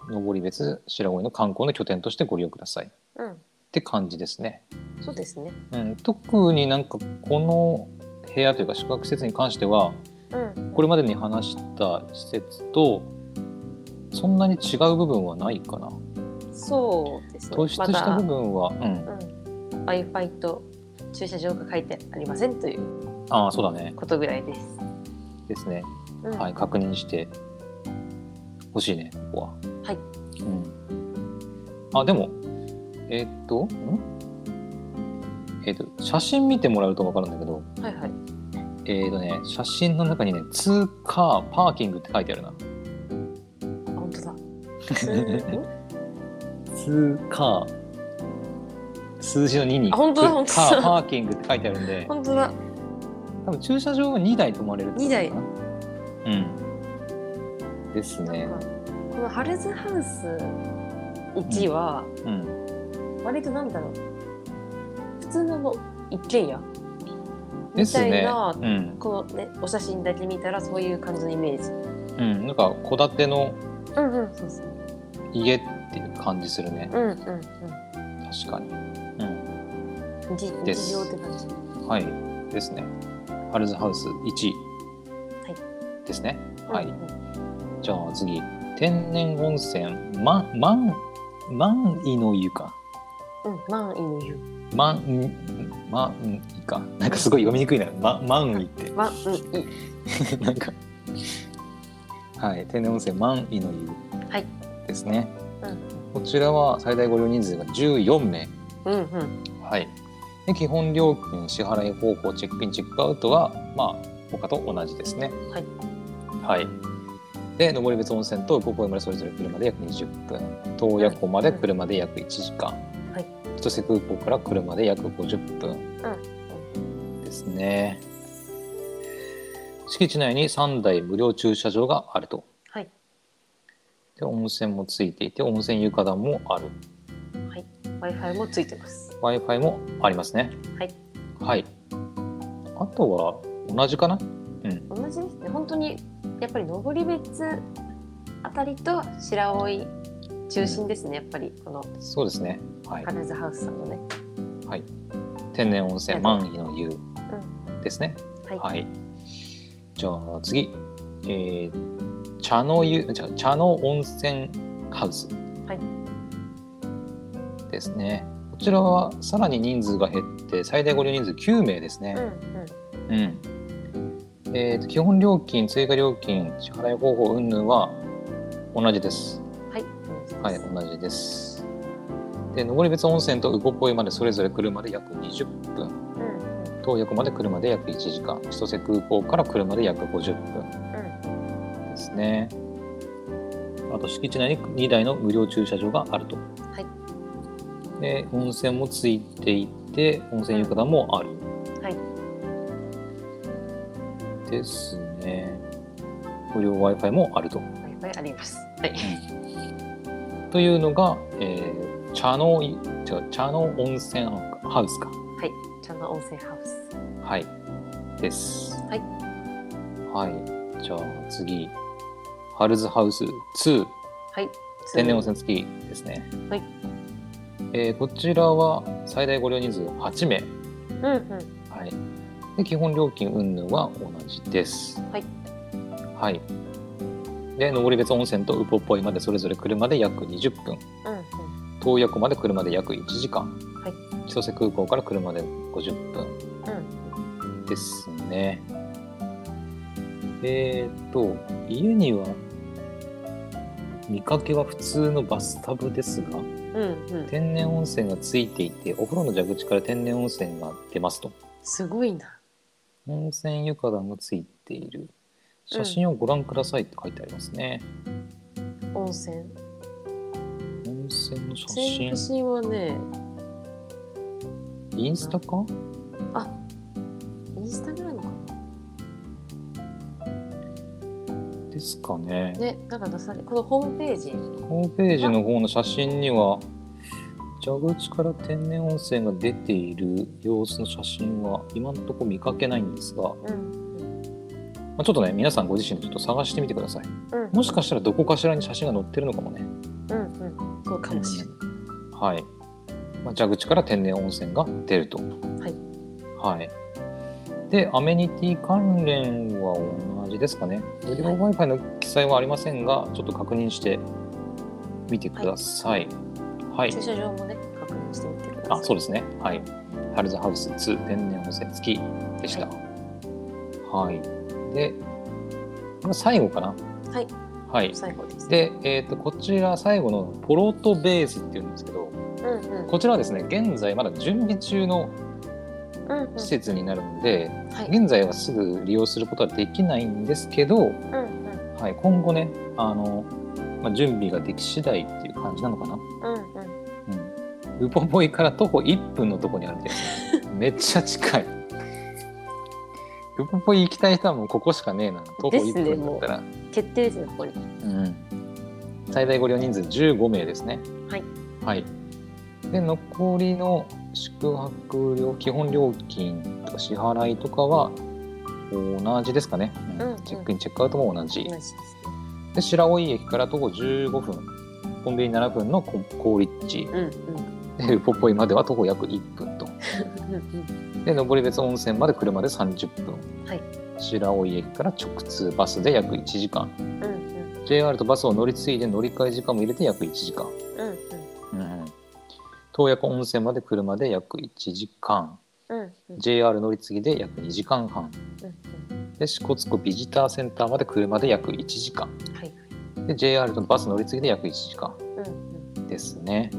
Speaker 1: 登別白老の観光の拠点としてご利用ください。っ
Speaker 2: うん
Speaker 1: て感じですね。
Speaker 2: そうですね
Speaker 1: うん、特になんかこの部屋というか宿泊施設に関しては、
Speaker 2: うん
Speaker 1: これまでに話した施設とそんなに違う部分はないかな
Speaker 2: そうですね
Speaker 1: 突出した部分は、うん、
Speaker 2: まだ、うん Wi-Fi と駐車場が書いてありませんという
Speaker 1: ああそうだね
Speaker 2: ことぐらいです、
Speaker 1: ですね、
Speaker 2: うん
Speaker 1: はい、確認してほしいねここは
Speaker 2: はい、
Speaker 1: うん、あでもえーっとんえーっと写真見てもらうと分かるんだけど
Speaker 2: はいはい
Speaker 1: えーっとね写真の中にね「通貨パーキング」って書いてあるな
Speaker 2: あ本当 だうん
Speaker 1: 通貨数字の2に
Speaker 2: あ本当だ本当だ
Speaker 1: カーパーキングって書いてあるんで
Speaker 2: 本当だ
Speaker 1: 多分駐車場が2台止まれるってことかな
Speaker 2: 二台
Speaker 1: うんですね
Speaker 2: このハルズハウス1は
Speaker 1: うん
Speaker 2: 割となんだろう普通のの一軒家
Speaker 1: で
Speaker 2: み
Speaker 1: す
Speaker 2: たい
Speaker 1: ね
Speaker 2: な、
Speaker 1: うん、
Speaker 2: このねお写真だけ見たらそういう感じのイメージ
Speaker 1: うん、なんか戸建ての
Speaker 2: うんうんそうそう
Speaker 1: 家っていう感じするね
Speaker 2: うんうん
Speaker 1: 確かにう
Speaker 2: うん日
Speaker 1: です
Speaker 2: 日常って感じ
Speaker 1: んはいですねハルズハウス1
Speaker 2: はい
Speaker 1: ですねはい、
Speaker 2: うんうん
Speaker 1: じゃあ次天然温泉ま満満位の湯か
Speaker 2: うん満員の湯
Speaker 1: 万ん万位かなんかすごい読みにくいな、ま、万位って
Speaker 2: 満員い
Speaker 1: なんかはい天然温泉万位の湯
Speaker 2: はい
Speaker 1: ですね、
Speaker 2: う
Speaker 1: こ
Speaker 2: ん
Speaker 1: ちらは最大ご利用人数が14名
Speaker 2: うんうん
Speaker 1: はいで基本料金支払い方法チェックインチェックアウトはまあ他と同じですね
Speaker 2: はい
Speaker 1: はいで登別温泉と五湖までそれぞれ車で約20分洞爺湖まで車で約1時間、
Speaker 2: はい
Speaker 1: 千歳空港から車で約50分、ですね敷地内に3台無料駐車場があると
Speaker 2: はい
Speaker 1: で温泉もついていて温泉床暖もある
Speaker 2: w i f i もついてます
Speaker 1: w i f i もありますね
Speaker 2: はい
Speaker 1: はいあとは同じかなうん
Speaker 2: 同じですね本当にやっぱり登別あたりと白老中心ですねやっぱりこの
Speaker 1: そうですねはい
Speaker 2: ハルズハウスさんのね
Speaker 1: 天然温泉満位の湯ですね
Speaker 2: はい、
Speaker 1: はいじゃあ次えー、茶の湯じゃあ茶の温泉ハウス
Speaker 2: はい
Speaker 1: ですねこちらはさらに人数が減って最大ご利用人数9名ですね、
Speaker 2: うん
Speaker 1: うんえーと基本料金、追加料金、支払い方法云々は同じです。
Speaker 2: うんはい同じです
Speaker 1: はい、同じです。で、登別温泉とウポポイまでそれぞれ車で約20分、
Speaker 2: うんうん
Speaker 1: 東横まで車で約1時間、千歳空港から車で約50
Speaker 2: う
Speaker 1: 分ですね。あと敷地内に2台の無料駐車場があると。
Speaker 2: はい
Speaker 1: で、温泉もついていて、温泉浴衣もある。
Speaker 2: んはい
Speaker 1: ですね。無料 Wi-Fi もあると。
Speaker 2: ん、いっぱいあります。はい。
Speaker 1: というのが、えー茶のい違う茶の温泉ハウスか。
Speaker 2: はい。茶の温泉ハウス。
Speaker 1: はい。です。
Speaker 2: はい。
Speaker 1: はい。じゃあ次、ハルズハウス2
Speaker 2: はい。
Speaker 1: 天然温泉付きですね。
Speaker 2: はい。
Speaker 1: えーこちらは最大ご利用人数8名。
Speaker 2: うんうん。
Speaker 1: はい。で基本料金云々は同じです。
Speaker 2: はい。
Speaker 1: はい。で登別温泉とウポポイまでそれぞれ車で約20分、
Speaker 2: うん
Speaker 1: 洞爺湖まで車で約1時間、
Speaker 2: は
Speaker 1: 千歳空港から車で50分
Speaker 2: うん。
Speaker 1: ですね。えーっと家には見かけは普通のバスタブですが
Speaker 2: うんうん。
Speaker 1: 天然温泉がついていてお風呂の蛇口から天然温泉が出ますと。
Speaker 2: すごいな。
Speaker 1: 温泉床暖もついている写真をご覧くださいって書いてありますね、
Speaker 2: 温泉。
Speaker 1: 温泉の写真
Speaker 2: 写真はね、
Speaker 1: インスタか
Speaker 2: イインスタグラムか
Speaker 1: ですかね
Speaker 2: な。ね、なんか出され、このホームページ。
Speaker 1: ホームページの方の写真には蛇口から天然温泉が出ている様子の写真は今のところ見かけないんですが、ま
Speaker 2: うん。
Speaker 1: あ、ちょっとね皆さんご自身でちょっと探してみてください
Speaker 2: うん。
Speaker 1: もしかしたらどこかしらに写真が載ってるのかもね
Speaker 2: うん。うん。そうかもしれない。
Speaker 1: はい、まあ、蛇口から天然温泉が出ると
Speaker 2: い
Speaker 1: はい、でアメニティ関連は同じですかね無料 w i f i の記載はありませんがちょっと確認してみてくださいはい、
Speaker 2: 駐車場もね、確認してみてください。
Speaker 1: あそうですねはいハルズハウス2天然温泉付きでした。はい。で、これ最後かな。
Speaker 2: はい。
Speaker 1: はい。
Speaker 2: 最後です。
Speaker 1: で、えっ、と、こちら最後のポロトベースっていうんですけど、
Speaker 2: うんうん。
Speaker 1: こちらはですね、現在まだ準備中の
Speaker 2: うんうん。
Speaker 1: 施設になるので、
Speaker 2: はい。
Speaker 1: 現在はすぐ利用することはできないんですけど、
Speaker 2: うんうん。
Speaker 1: はい、今後ね、あの、まあ、準備ができ次第っていう感じなのかな。
Speaker 2: うんうん。
Speaker 1: うん。ウポポイから徒歩1分のとこにある んでめっちゃ近い。ウポポイ行きたい人はもうここしかねえな。徒歩1分だったら。
Speaker 2: 決定ですね、これ。
Speaker 1: うん、最大ご利用人数15名ですね。
Speaker 2: はい。
Speaker 1: はい。で、残りの宿泊料、基本料金とか支払いとかは同じですかね。うん
Speaker 2: うんうん
Speaker 1: チェックイン、チェックアウトも同じ。
Speaker 2: 同じですね。
Speaker 1: で、白老駅から徒歩15分、コンビニ7分のこ好立地。
Speaker 2: うん
Speaker 1: で、ウポポイまでは徒歩約1分と。
Speaker 2: うん。うん
Speaker 1: で登別温泉まで車で30分、
Speaker 2: はい
Speaker 1: 白老駅から直通バスで約1時間
Speaker 2: うん。うん
Speaker 1: JR とバスを乗り継いで乗り換え時間も入れて約1時間、
Speaker 2: うん。うん
Speaker 1: うん、洞爺湖温泉まで車で約1時間
Speaker 2: うん。うんうん。
Speaker 1: JR 乗り継ぎで約2時間半
Speaker 2: うん
Speaker 1: で支笏湖ビジターセンターまで車で約1時間
Speaker 2: うん。はい。
Speaker 1: で JR とバス乗り継ぎで約1時間
Speaker 2: うんうん。
Speaker 1: ですね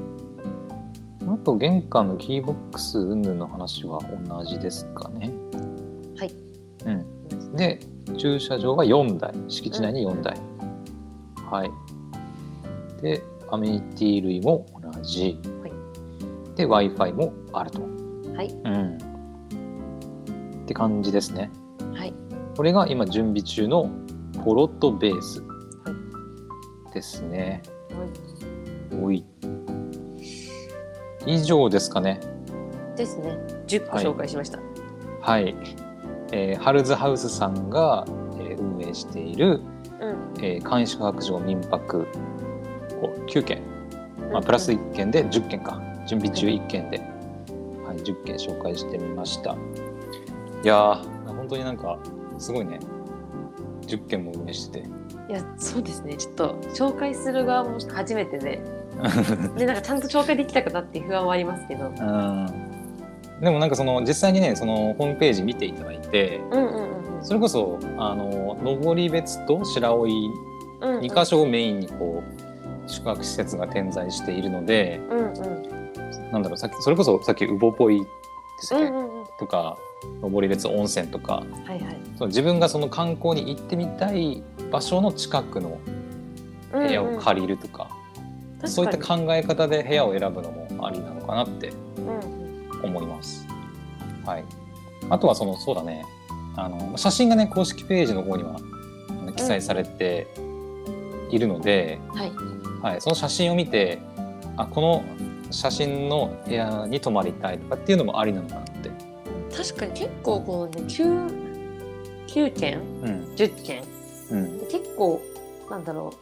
Speaker 1: あと玄関のキーボックス云々の話は同じですかね
Speaker 2: はい
Speaker 1: うんで駐車場が4台敷地内に4台、はいでアメニティ類も同じ、
Speaker 2: はい
Speaker 1: で w i f i もあると、
Speaker 2: はい。
Speaker 1: うん、って感じですね
Speaker 2: はい。
Speaker 1: これが今準備中のポロットベース
Speaker 2: は
Speaker 1: ですね
Speaker 2: は
Speaker 1: おい以上ですかね
Speaker 2: い。ですね。10個
Speaker 1: はい
Speaker 2: 紹介しました。
Speaker 1: はい、えーハルズハウスさんが、えー運営している
Speaker 2: うん。
Speaker 1: えー簡易宿泊所民泊こう9件、ま
Speaker 2: う
Speaker 1: あ、
Speaker 2: ん
Speaker 1: プラス。1件で10件か準備中1件で、はい、10件紹介してみましたいやー本当になんかすごいね10件も運営してて
Speaker 2: いや、そうですね。ちょっと紹介する側も初めてで。で、なんかちゃんと紹介できたかなっていう不安はありますけど。
Speaker 1: うんでもなんかその実際にねそのホームページ見ていただいて
Speaker 2: うんうんうんうん。
Speaker 1: それこそあの登別と白老2
Speaker 2: うんうん
Speaker 1: 箇。所をメインにこう宿泊施設が点在しているので、
Speaker 2: うんうん。
Speaker 1: なんだろうさっきそれこそさっき「ウボポイ」です
Speaker 2: う
Speaker 1: ね、
Speaker 2: んうんうん。は
Speaker 1: とか登別温泉とか
Speaker 2: いはい。
Speaker 1: その自分がその観光に行ってみたい場所の近くの
Speaker 2: 部
Speaker 1: 部屋を借りるとか,、
Speaker 2: りる
Speaker 1: そういった考え方で部屋を選ぶのもありなのかなって
Speaker 2: うんうん。
Speaker 1: 思います。はい、あとはそのそうだねあの写真がね公式ページの方にはあの記載されているので、
Speaker 2: はい。
Speaker 1: はい、その写真を見てあこの写真の部屋に泊まりたいとかっていうのもありなのかなって。
Speaker 2: 確かに結構このね、九九件、
Speaker 1: うん
Speaker 2: 十件、
Speaker 1: うん
Speaker 2: 結構なんだろう。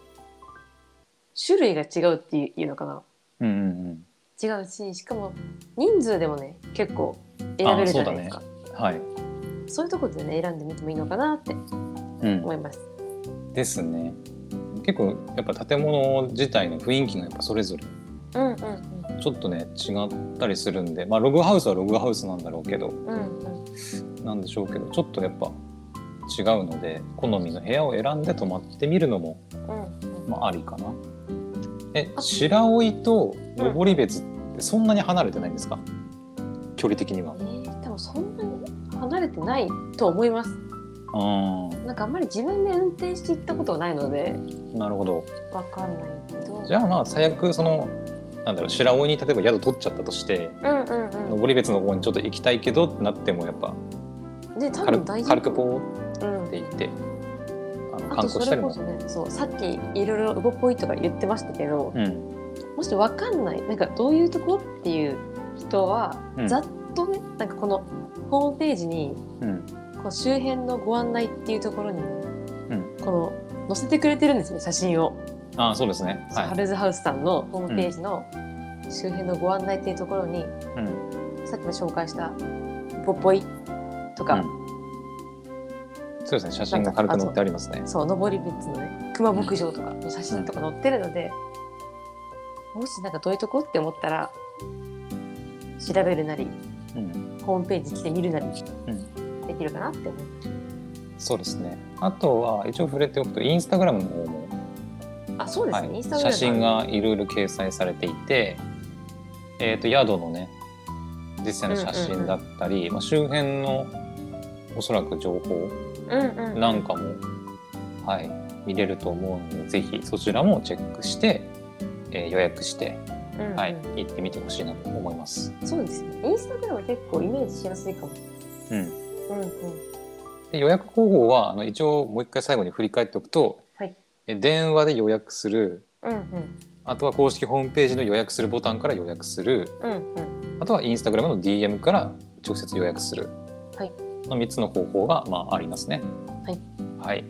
Speaker 2: 種類が違うっていういうのかな。
Speaker 1: うんうんうん
Speaker 2: 違うし、しかも人数でもね、結構選べるじゃないですか。
Speaker 1: はい、
Speaker 2: そういうところでね選んでみてもいいのかなって
Speaker 1: うん
Speaker 2: 思います。
Speaker 1: ですね結構やっぱ建物自体の雰囲気がやっぱそれぞれ
Speaker 2: うんうん
Speaker 1: ちょっとね違ったりするんでまあログハウスはログハウスなんだろうけど
Speaker 2: うんうんうん。
Speaker 1: なんでしょうけどちょっとやっぱ違うので好みの部屋を選んで泊まってみるのも、
Speaker 2: うん
Speaker 1: まあ、ありかなえ
Speaker 2: あ
Speaker 1: 白老と登別ってそんなに離れてないんですか距離的には
Speaker 2: うん。ね、でもそんなに離れてないと思います。
Speaker 1: あ
Speaker 2: なんかあんまり自分で運転して行ったことがないので
Speaker 1: あなるほど
Speaker 2: わかんないけど。
Speaker 1: じゃあまあ最悪そのなんだろう白老に例えば宿取っちゃったとして
Speaker 2: うんうんうん。
Speaker 1: 登別の方にちょっと行きたいけどってなってもやっぱ
Speaker 2: で多
Speaker 1: 軽
Speaker 2: 分
Speaker 1: く
Speaker 2: 大丈夫
Speaker 1: 軽くポーっ
Speaker 2: うん
Speaker 1: ていってあの
Speaker 2: あ
Speaker 1: 観
Speaker 2: と
Speaker 1: 光し
Speaker 2: そ
Speaker 1: た
Speaker 2: れ
Speaker 1: り
Speaker 2: こ
Speaker 1: も
Speaker 2: そねそうさっきいろいろウゴポイとか言ってましたけど、
Speaker 1: うん
Speaker 2: もし分かんないなんかどういうとこっていう人は、
Speaker 1: うん
Speaker 2: ざっとねなんかこのホームページに
Speaker 1: うん
Speaker 2: こう周辺のご案内っていうところに、
Speaker 1: ん
Speaker 2: この載せてくれてるんですね写真を、
Speaker 1: ああそうですねは
Speaker 2: ハルズハウスさんのホームページの周辺のご案内っていうところに、
Speaker 1: い、うん、
Speaker 2: さっきも紹介した「ぼっぽい」とか、
Speaker 1: そうですね写真が軽く載ってありますね
Speaker 2: そう登別のね熊牧場とかの写真とか載ってるので、もしなんかどういうとこって思ったら調べるなり
Speaker 1: うん
Speaker 2: ホームページ来てみるなり、
Speaker 1: ん
Speaker 2: できるかなって思う。
Speaker 1: そうですねあとは一応触れておくとインスタグラムの方も
Speaker 2: あそうですね、インスタ
Speaker 1: は
Speaker 2: グ
Speaker 1: い、
Speaker 2: ラ
Speaker 1: 写
Speaker 2: ム
Speaker 1: 真がいろいろ掲載されていて、えー、と宿のね実際の写真だったり、まあ、周辺のおそらく情報
Speaker 2: うんうん
Speaker 1: なんかも、はい、見れると思うのでぜひそちらもチェックして、えー予約して、
Speaker 2: うんうん
Speaker 1: はい、行ってみてほしいなと思います。
Speaker 2: そうですねインスタグラム結構イメージしやすいかも。
Speaker 1: うん、
Speaker 2: うんうん
Speaker 1: で予約方法はあの一応もう一回最後に振り返っておくと、
Speaker 2: はい
Speaker 1: え電話で予約する
Speaker 2: うんうん
Speaker 1: あとは公式ホームページの予約するボタンから予約する。
Speaker 2: うんうん
Speaker 1: あとはインスタグラムの DM から直接予約する、
Speaker 2: はい
Speaker 1: の3つの方法が、まあ、ありますね。
Speaker 2: はい
Speaker 1: はい、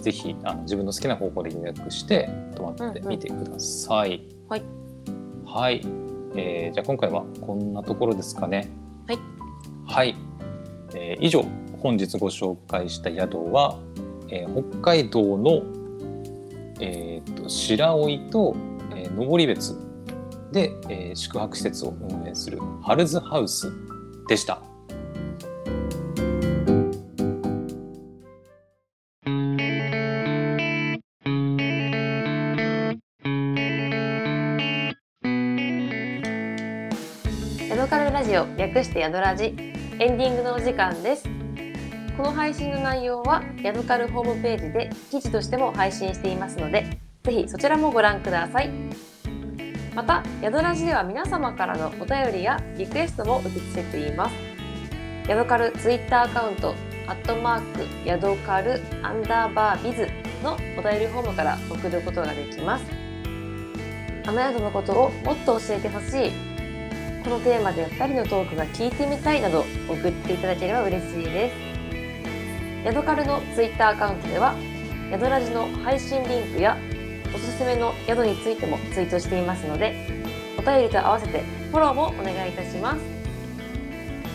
Speaker 1: ぜひあの自分の好きな方法で予約して泊まってみてください。
Speaker 2: はい、
Speaker 1: はいえーじゃあ今回はこんなところですかね。
Speaker 2: はい、
Speaker 1: はいえー以上本日ご紹介した宿は、えー北海道の、えー、と白老と、えー登別で、えー宿泊施設を運営するハルズハウスでした。
Speaker 2: ヤドカルラジオ略してヤドラジエンディングのお時間ですこの配信の内容はヤドカルホームページで記事としても配信していますのでぜひそちらもご覧くださいまたヤドラジでは皆様からのお便りやリクエストも受け付けていますヤドカルツイッターアカウントアットマークヤドカルアンダーバービズのお便りフォームから送ることができますあの宿のことをもっと教えてほしいこのテーマで2人のトークが聞いてみたいなど送っていただければ嬉しいです。ヤドカルのツイッターアカウントでは、ヤドラジの配信リンクやおすすめの宿についてもツイートしていますので、お便りと合わせてフォローもお願いいたしま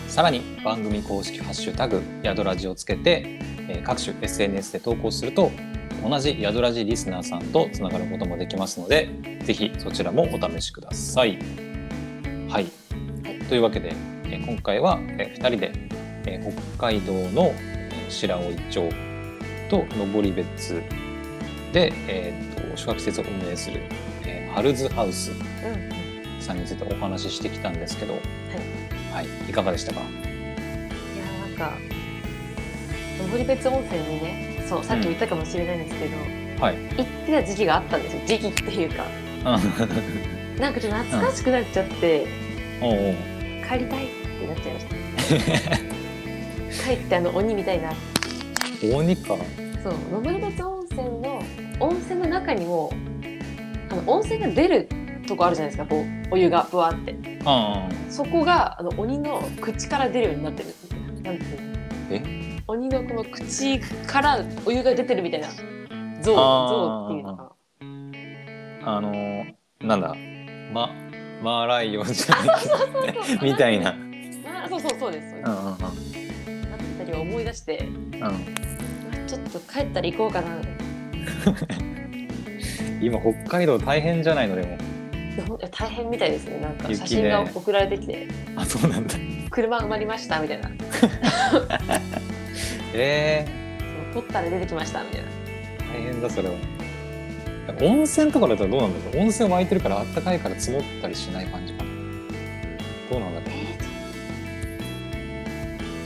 Speaker 2: す。
Speaker 1: さらに番組公式ハッシュタグヤドラジをつけて、えー各種 SNS で投稿すると同じヤドラジリスナーさんとつながることもできますのでぜひそちらもお試しください。はい、
Speaker 2: はい
Speaker 1: というわけで、えー今回は、え2人で、えー北海道のえー白老町と登別で、えーと宿泊施設を運営する、えーハルズハウス
Speaker 2: うん。
Speaker 1: さんについてお話ししてきたんですけど、はい、いかがでしたか
Speaker 2: いやーなんか、登別温泉にね、そう、さっきも言ったかもしれないんですけど、
Speaker 1: はい
Speaker 2: 行ってた時期があったんですよ。時期っていうか。なんかちょっと懐かしくなっちゃって、
Speaker 1: おうおう
Speaker 2: 帰りたいってなっちゃいま した帰ってあの鬼みたいな
Speaker 1: 鬼か。
Speaker 2: そう登別温泉の温泉の中にもあの温泉が出るとこあるじゃないですかこうお湯がぶわーって
Speaker 1: ああ。
Speaker 2: そこがあの鬼の口から出るようになってるなんていうの鬼のこの口からお湯が出てるみたいな像像
Speaker 1: あー
Speaker 2: っていうのかな
Speaker 1: あのー、なんだ。ま、マーライオンじゃないけど
Speaker 2: そう そう
Speaker 1: みたいな。
Speaker 2: あそうそうそうですそうです、
Speaker 1: ん
Speaker 2: なってたりを思い出して
Speaker 1: うんうん。
Speaker 2: ちょっと帰ったら行こうかなみたいな
Speaker 1: 今北海道大変じゃないのでも。
Speaker 2: いやほんいや大変みたいですねなんか
Speaker 1: 雪ね
Speaker 2: 写真が送られてきて
Speaker 1: あ、そうなんだ。
Speaker 2: 車埋まりましたみたいな
Speaker 1: え
Speaker 2: そう撮ったら出てきましたみたいな
Speaker 1: え大変だそれは。温泉とかだったらどうなんだろう。温泉湧いてるからあったかいから積もったりしない感じかな。どうなんだろう。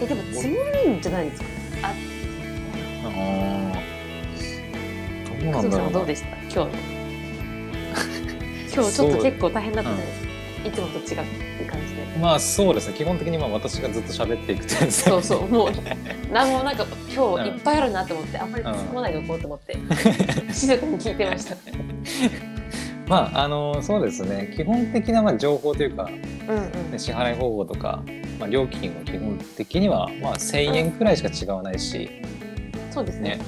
Speaker 2: えでも積もるんじゃないですか
Speaker 1: ああ。どうな
Speaker 2: 鈴
Speaker 1: んだ
Speaker 2: 木さん
Speaker 1: ろ
Speaker 2: は
Speaker 1: う
Speaker 2: どう
Speaker 1: な。
Speaker 2: でした今日の今日ちょっと結構大変だったじゃないですいつもと違うっていう感じで。
Speaker 1: まあそうですね基本的にまあ私がずっと喋っていくとですね
Speaker 2: そうそう、 もう、なんもなんか、今日いっぱいあるなと思って、あんまり突っ込まないでおこうと思 って。静かに聞いてました。
Speaker 1: まああのそうですね基本的なまあ情報というか、
Speaker 2: うんう
Speaker 1: ね、
Speaker 2: ん。
Speaker 1: 支払い方法とか、まあ、料金は基本的にはまあ1,000円くらいしか違わないし、
Speaker 2: そうですね
Speaker 1: ね。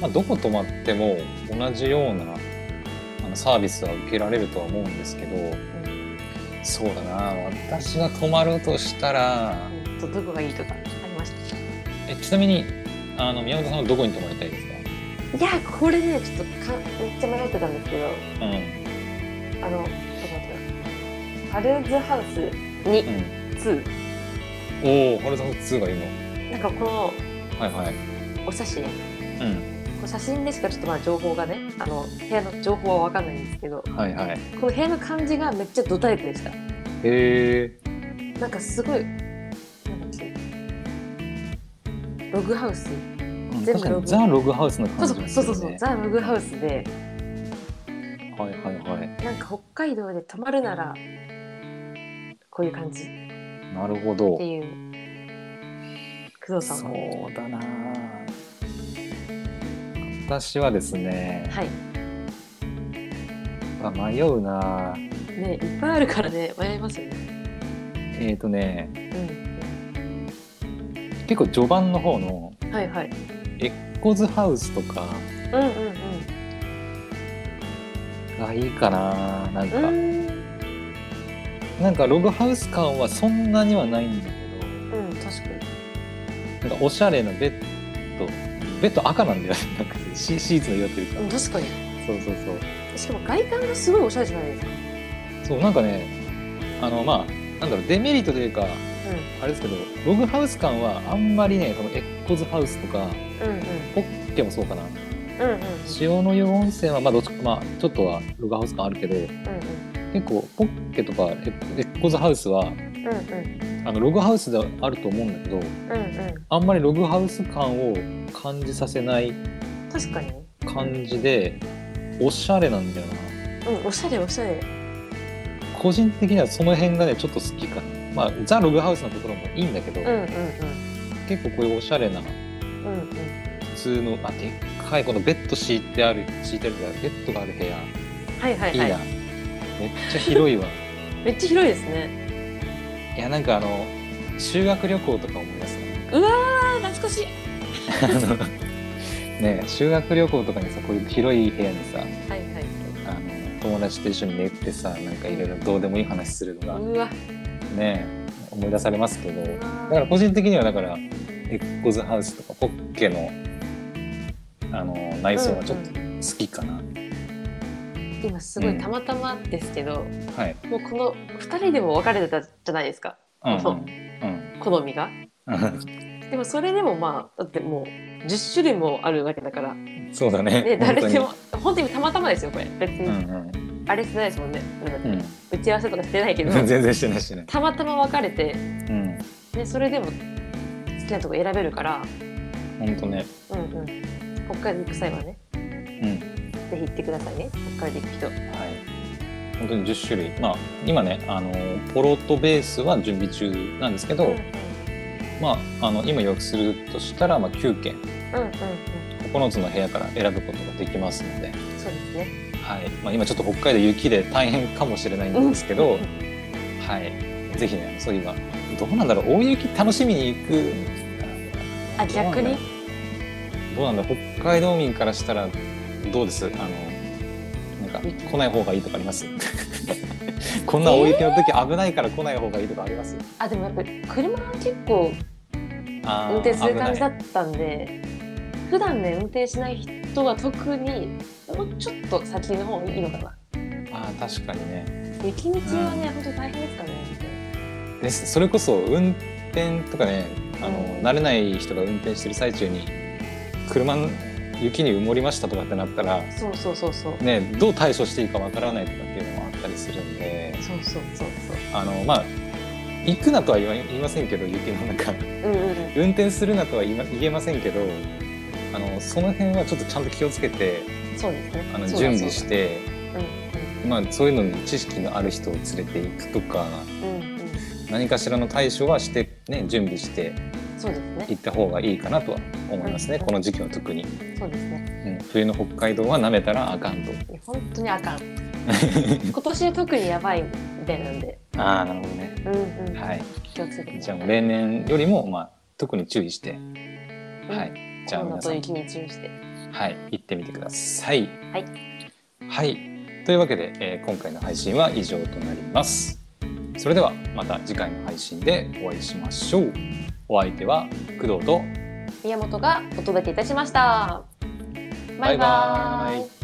Speaker 1: まあ、どこ泊まっても同じようなあのサービスは受けられるとは思うんですけど、そうだな私が泊まるとしたら
Speaker 2: うんと、どこがいいとか、ありました。
Speaker 1: えちなみにあの宮本さんはどこに泊まりたいですか、
Speaker 2: いや、これね、ちょっとか、めっちゃ迷ってたんですけど、
Speaker 1: うんうん
Speaker 2: あの、ちょっと待ってよ。パルズハウスに2。
Speaker 1: おおホルダー2がいいの
Speaker 2: なんか、この
Speaker 1: はいはい、
Speaker 2: お写真。
Speaker 1: うん、
Speaker 2: こう写真でしかちょっとまあ情報がねあの部屋の情報は分かんないんですけど
Speaker 1: はいはいへ
Speaker 2: この部屋の感じがめっちゃドタイプでした
Speaker 1: え
Speaker 2: なんかすごいなんだっけログハウス全部
Speaker 1: 確か
Speaker 2: ロ
Speaker 1: に
Speaker 2: グ
Speaker 1: ザ・ログハウスの
Speaker 2: そ
Speaker 1: 感じ
Speaker 2: うそう
Speaker 1: です
Speaker 2: そ
Speaker 1: よ
Speaker 2: うそうそう、
Speaker 1: ね
Speaker 2: ザ・ログハウスで
Speaker 1: はいはいはい
Speaker 2: なんか北海道で泊まるならこういう感じっ
Speaker 1: なるほど
Speaker 2: ていう工藤さん
Speaker 1: そ
Speaker 2: は
Speaker 1: うだな私はですね、
Speaker 2: はい
Speaker 1: あ迷うな
Speaker 2: ねいっぱいあるからね迷いますよね
Speaker 1: えっ、ー、とね
Speaker 2: う
Speaker 1: 結構序盤の方の
Speaker 2: んはいはい
Speaker 1: エッコズハウスとか
Speaker 2: うんうんうん
Speaker 1: がいいかななん
Speaker 2: う
Speaker 1: か、
Speaker 2: ーん
Speaker 1: なんかログハウス感はそんなにはないんだけ
Speaker 2: うん確かに
Speaker 1: どなんかおしゃれなベッドベッド赤なんだよなんかシシーツの色というか、
Speaker 2: うん確かに
Speaker 1: そうそうそう
Speaker 2: しかも外観がすごいおしゃれじゃないですか
Speaker 1: そうなんかねあのまあなんだろうデメリットというかあれですけどログハウス感はあんまりねそのエッコズハウスとか
Speaker 2: うんうんうん
Speaker 1: ホッケもそうかな
Speaker 2: うんうんうん
Speaker 1: 塩の湯温泉はまあどっちか、まあ、ちょっとはログハウス感あるけど結構ポッケとかエッエッコズハウスは
Speaker 2: うんうん
Speaker 1: あのログハウスではあると思うんだけど
Speaker 2: うんう
Speaker 1: あんまりログハウス感を感じさせない
Speaker 2: ん確かにね
Speaker 1: 感じでおしゃれなんだよな
Speaker 2: うんおしゃれおしゃれ
Speaker 1: 個人的にはその辺がねちょっと好きかなまあザ・ログハウスのところもいいんだけど、
Speaker 2: うんうん
Speaker 1: 結構こういうおしゃれな
Speaker 2: うんうんうん
Speaker 1: 普通のあでっかいこのベッド敷いてある敷いてあるというかベッドがある部屋
Speaker 2: はいはい
Speaker 1: いいな、
Speaker 2: はい
Speaker 1: めっちゃ広いわ
Speaker 2: めっちゃ広いですね
Speaker 1: いやなんかあの修学旅行とか思い出す ね
Speaker 2: あ懐かしい
Speaker 1: あのね修学旅行とかにさこういう広い部屋にさ
Speaker 2: はいはい
Speaker 1: あの友達と一緒に寝てさなんかいろいろどうでもいい話するのが
Speaker 2: うわ
Speaker 1: ね思い出されますけど
Speaker 2: う
Speaker 1: だ
Speaker 2: わ
Speaker 1: から個人的にはだからエッコズハウスとかポッケのあの内装はちょっと好きかな、
Speaker 2: 今すご
Speaker 1: うん
Speaker 2: いたまたまですけど、
Speaker 1: はい、
Speaker 2: もうこの2人でも別れてたじゃないですか
Speaker 1: うんうん
Speaker 2: そう好みが
Speaker 1: うん
Speaker 2: でもそれでもまあだってもう10種類もあるわけだから、ね、
Speaker 1: そうだね。本当
Speaker 2: 誰
Speaker 1: に
Speaker 2: でも本当にたまたまですよこれ別
Speaker 1: うん
Speaker 2: に、
Speaker 1: うん
Speaker 2: あれしてないですもんねなんだって
Speaker 1: うん
Speaker 2: 打ち合わせとかしてないけど
Speaker 1: 全然してないしてない。
Speaker 2: たまたま別れて、
Speaker 1: うん。
Speaker 2: ね、それでも好きなとこ選べるから、
Speaker 1: 本当ね。
Speaker 2: うんうん、北海道行く際はね
Speaker 1: うん。
Speaker 2: ぜひ行ってくださいね北海道行く人
Speaker 1: はい。本当に10種類。まあ今ねあのポロとベースは準備中なんですけど、
Speaker 2: うんうん
Speaker 1: まああの今予約するとしたらまあ9件
Speaker 2: うんうんうん
Speaker 1: 9つの部屋から選ぶことができますので、
Speaker 2: そうですね
Speaker 1: はい。まあ今ちょっと北海道雪で大変かもしれないんですけど、
Speaker 2: うん
Speaker 1: はい。ぜひねそういうのはどうなんだろう大雪楽しみに行く。
Speaker 2: あ逆に
Speaker 1: どうなんだ北海道民からしたらどうですあのなんか来ない方がいいとかあります こんな大雪の時危ないから来ない方がいいとかあります、
Speaker 2: あでもやっぱり車は結構
Speaker 1: あー
Speaker 2: 運転する感じだ
Speaker 1: 危ない
Speaker 2: ったんで普段ね運転しない人は特にもうちょっと先の方がいいのかな
Speaker 1: あー確かにね
Speaker 2: 雪道はね、本当に大変ですからね
Speaker 1: ですそれこそ運転とかねあの、
Speaker 2: うん
Speaker 1: 慣れない人が運転してる最中に車の雪に埋もりましたとかってなったら
Speaker 2: そうそうそうそう
Speaker 1: ねどう対処していいかわからないとかっていうのもあったりするんで
Speaker 2: そうそうそうそ
Speaker 1: あのまあ行くなとは言わ言いませんけど雪の中
Speaker 2: ううんうんうん
Speaker 1: 運転するなとは言いま言えませんけどあのその辺はちょっとちゃんと気をつけて
Speaker 2: そうですね。
Speaker 1: あの
Speaker 2: そうだ
Speaker 1: 準備して
Speaker 2: そうだうん
Speaker 1: まあ、そういうのに知識のある人を連れていくとか
Speaker 2: うんうん
Speaker 1: 何かしらの対処はして、ね、準備して
Speaker 2: そうです
Speaker 1: い
Speaker 2: ね
Speaker 1: った方がいいかなとは思いますね、この時期は特に、
Speaker 2: そうですね
Speaker 1: うん、冬の北海道は舐めたらあかんと
Speaker 2: いや本当に あかん今年は特にやばいみたいなんで
Speaker 1: ああなるほどね
Speaker 2: うんうん、
Speaker 1: はい
Speaker 2: 気をつけて
Speaker 1: じゃあもう例年よりも、まあ、特に注意して、
Speaker 2: うん
Speaker 1: はいじゃあ
Speaker 2: コロナ
Speaker 1: 皆さ
Speaker 2: と
Speaker 1: ん
Speaker 2: 雪に注意して
Speaker 1: はい、行ってみてください。
Speaker 2: はい。
Speaker 1: はい。というわけで、えー今回の配信は以上となります。それではまた次回の配信でお会いしましょう。お相手は工藤と
Speaker 2: 宮本がお届けいたしましたバイバ
Speaker 1: バイバーイ
Speaker 2: イ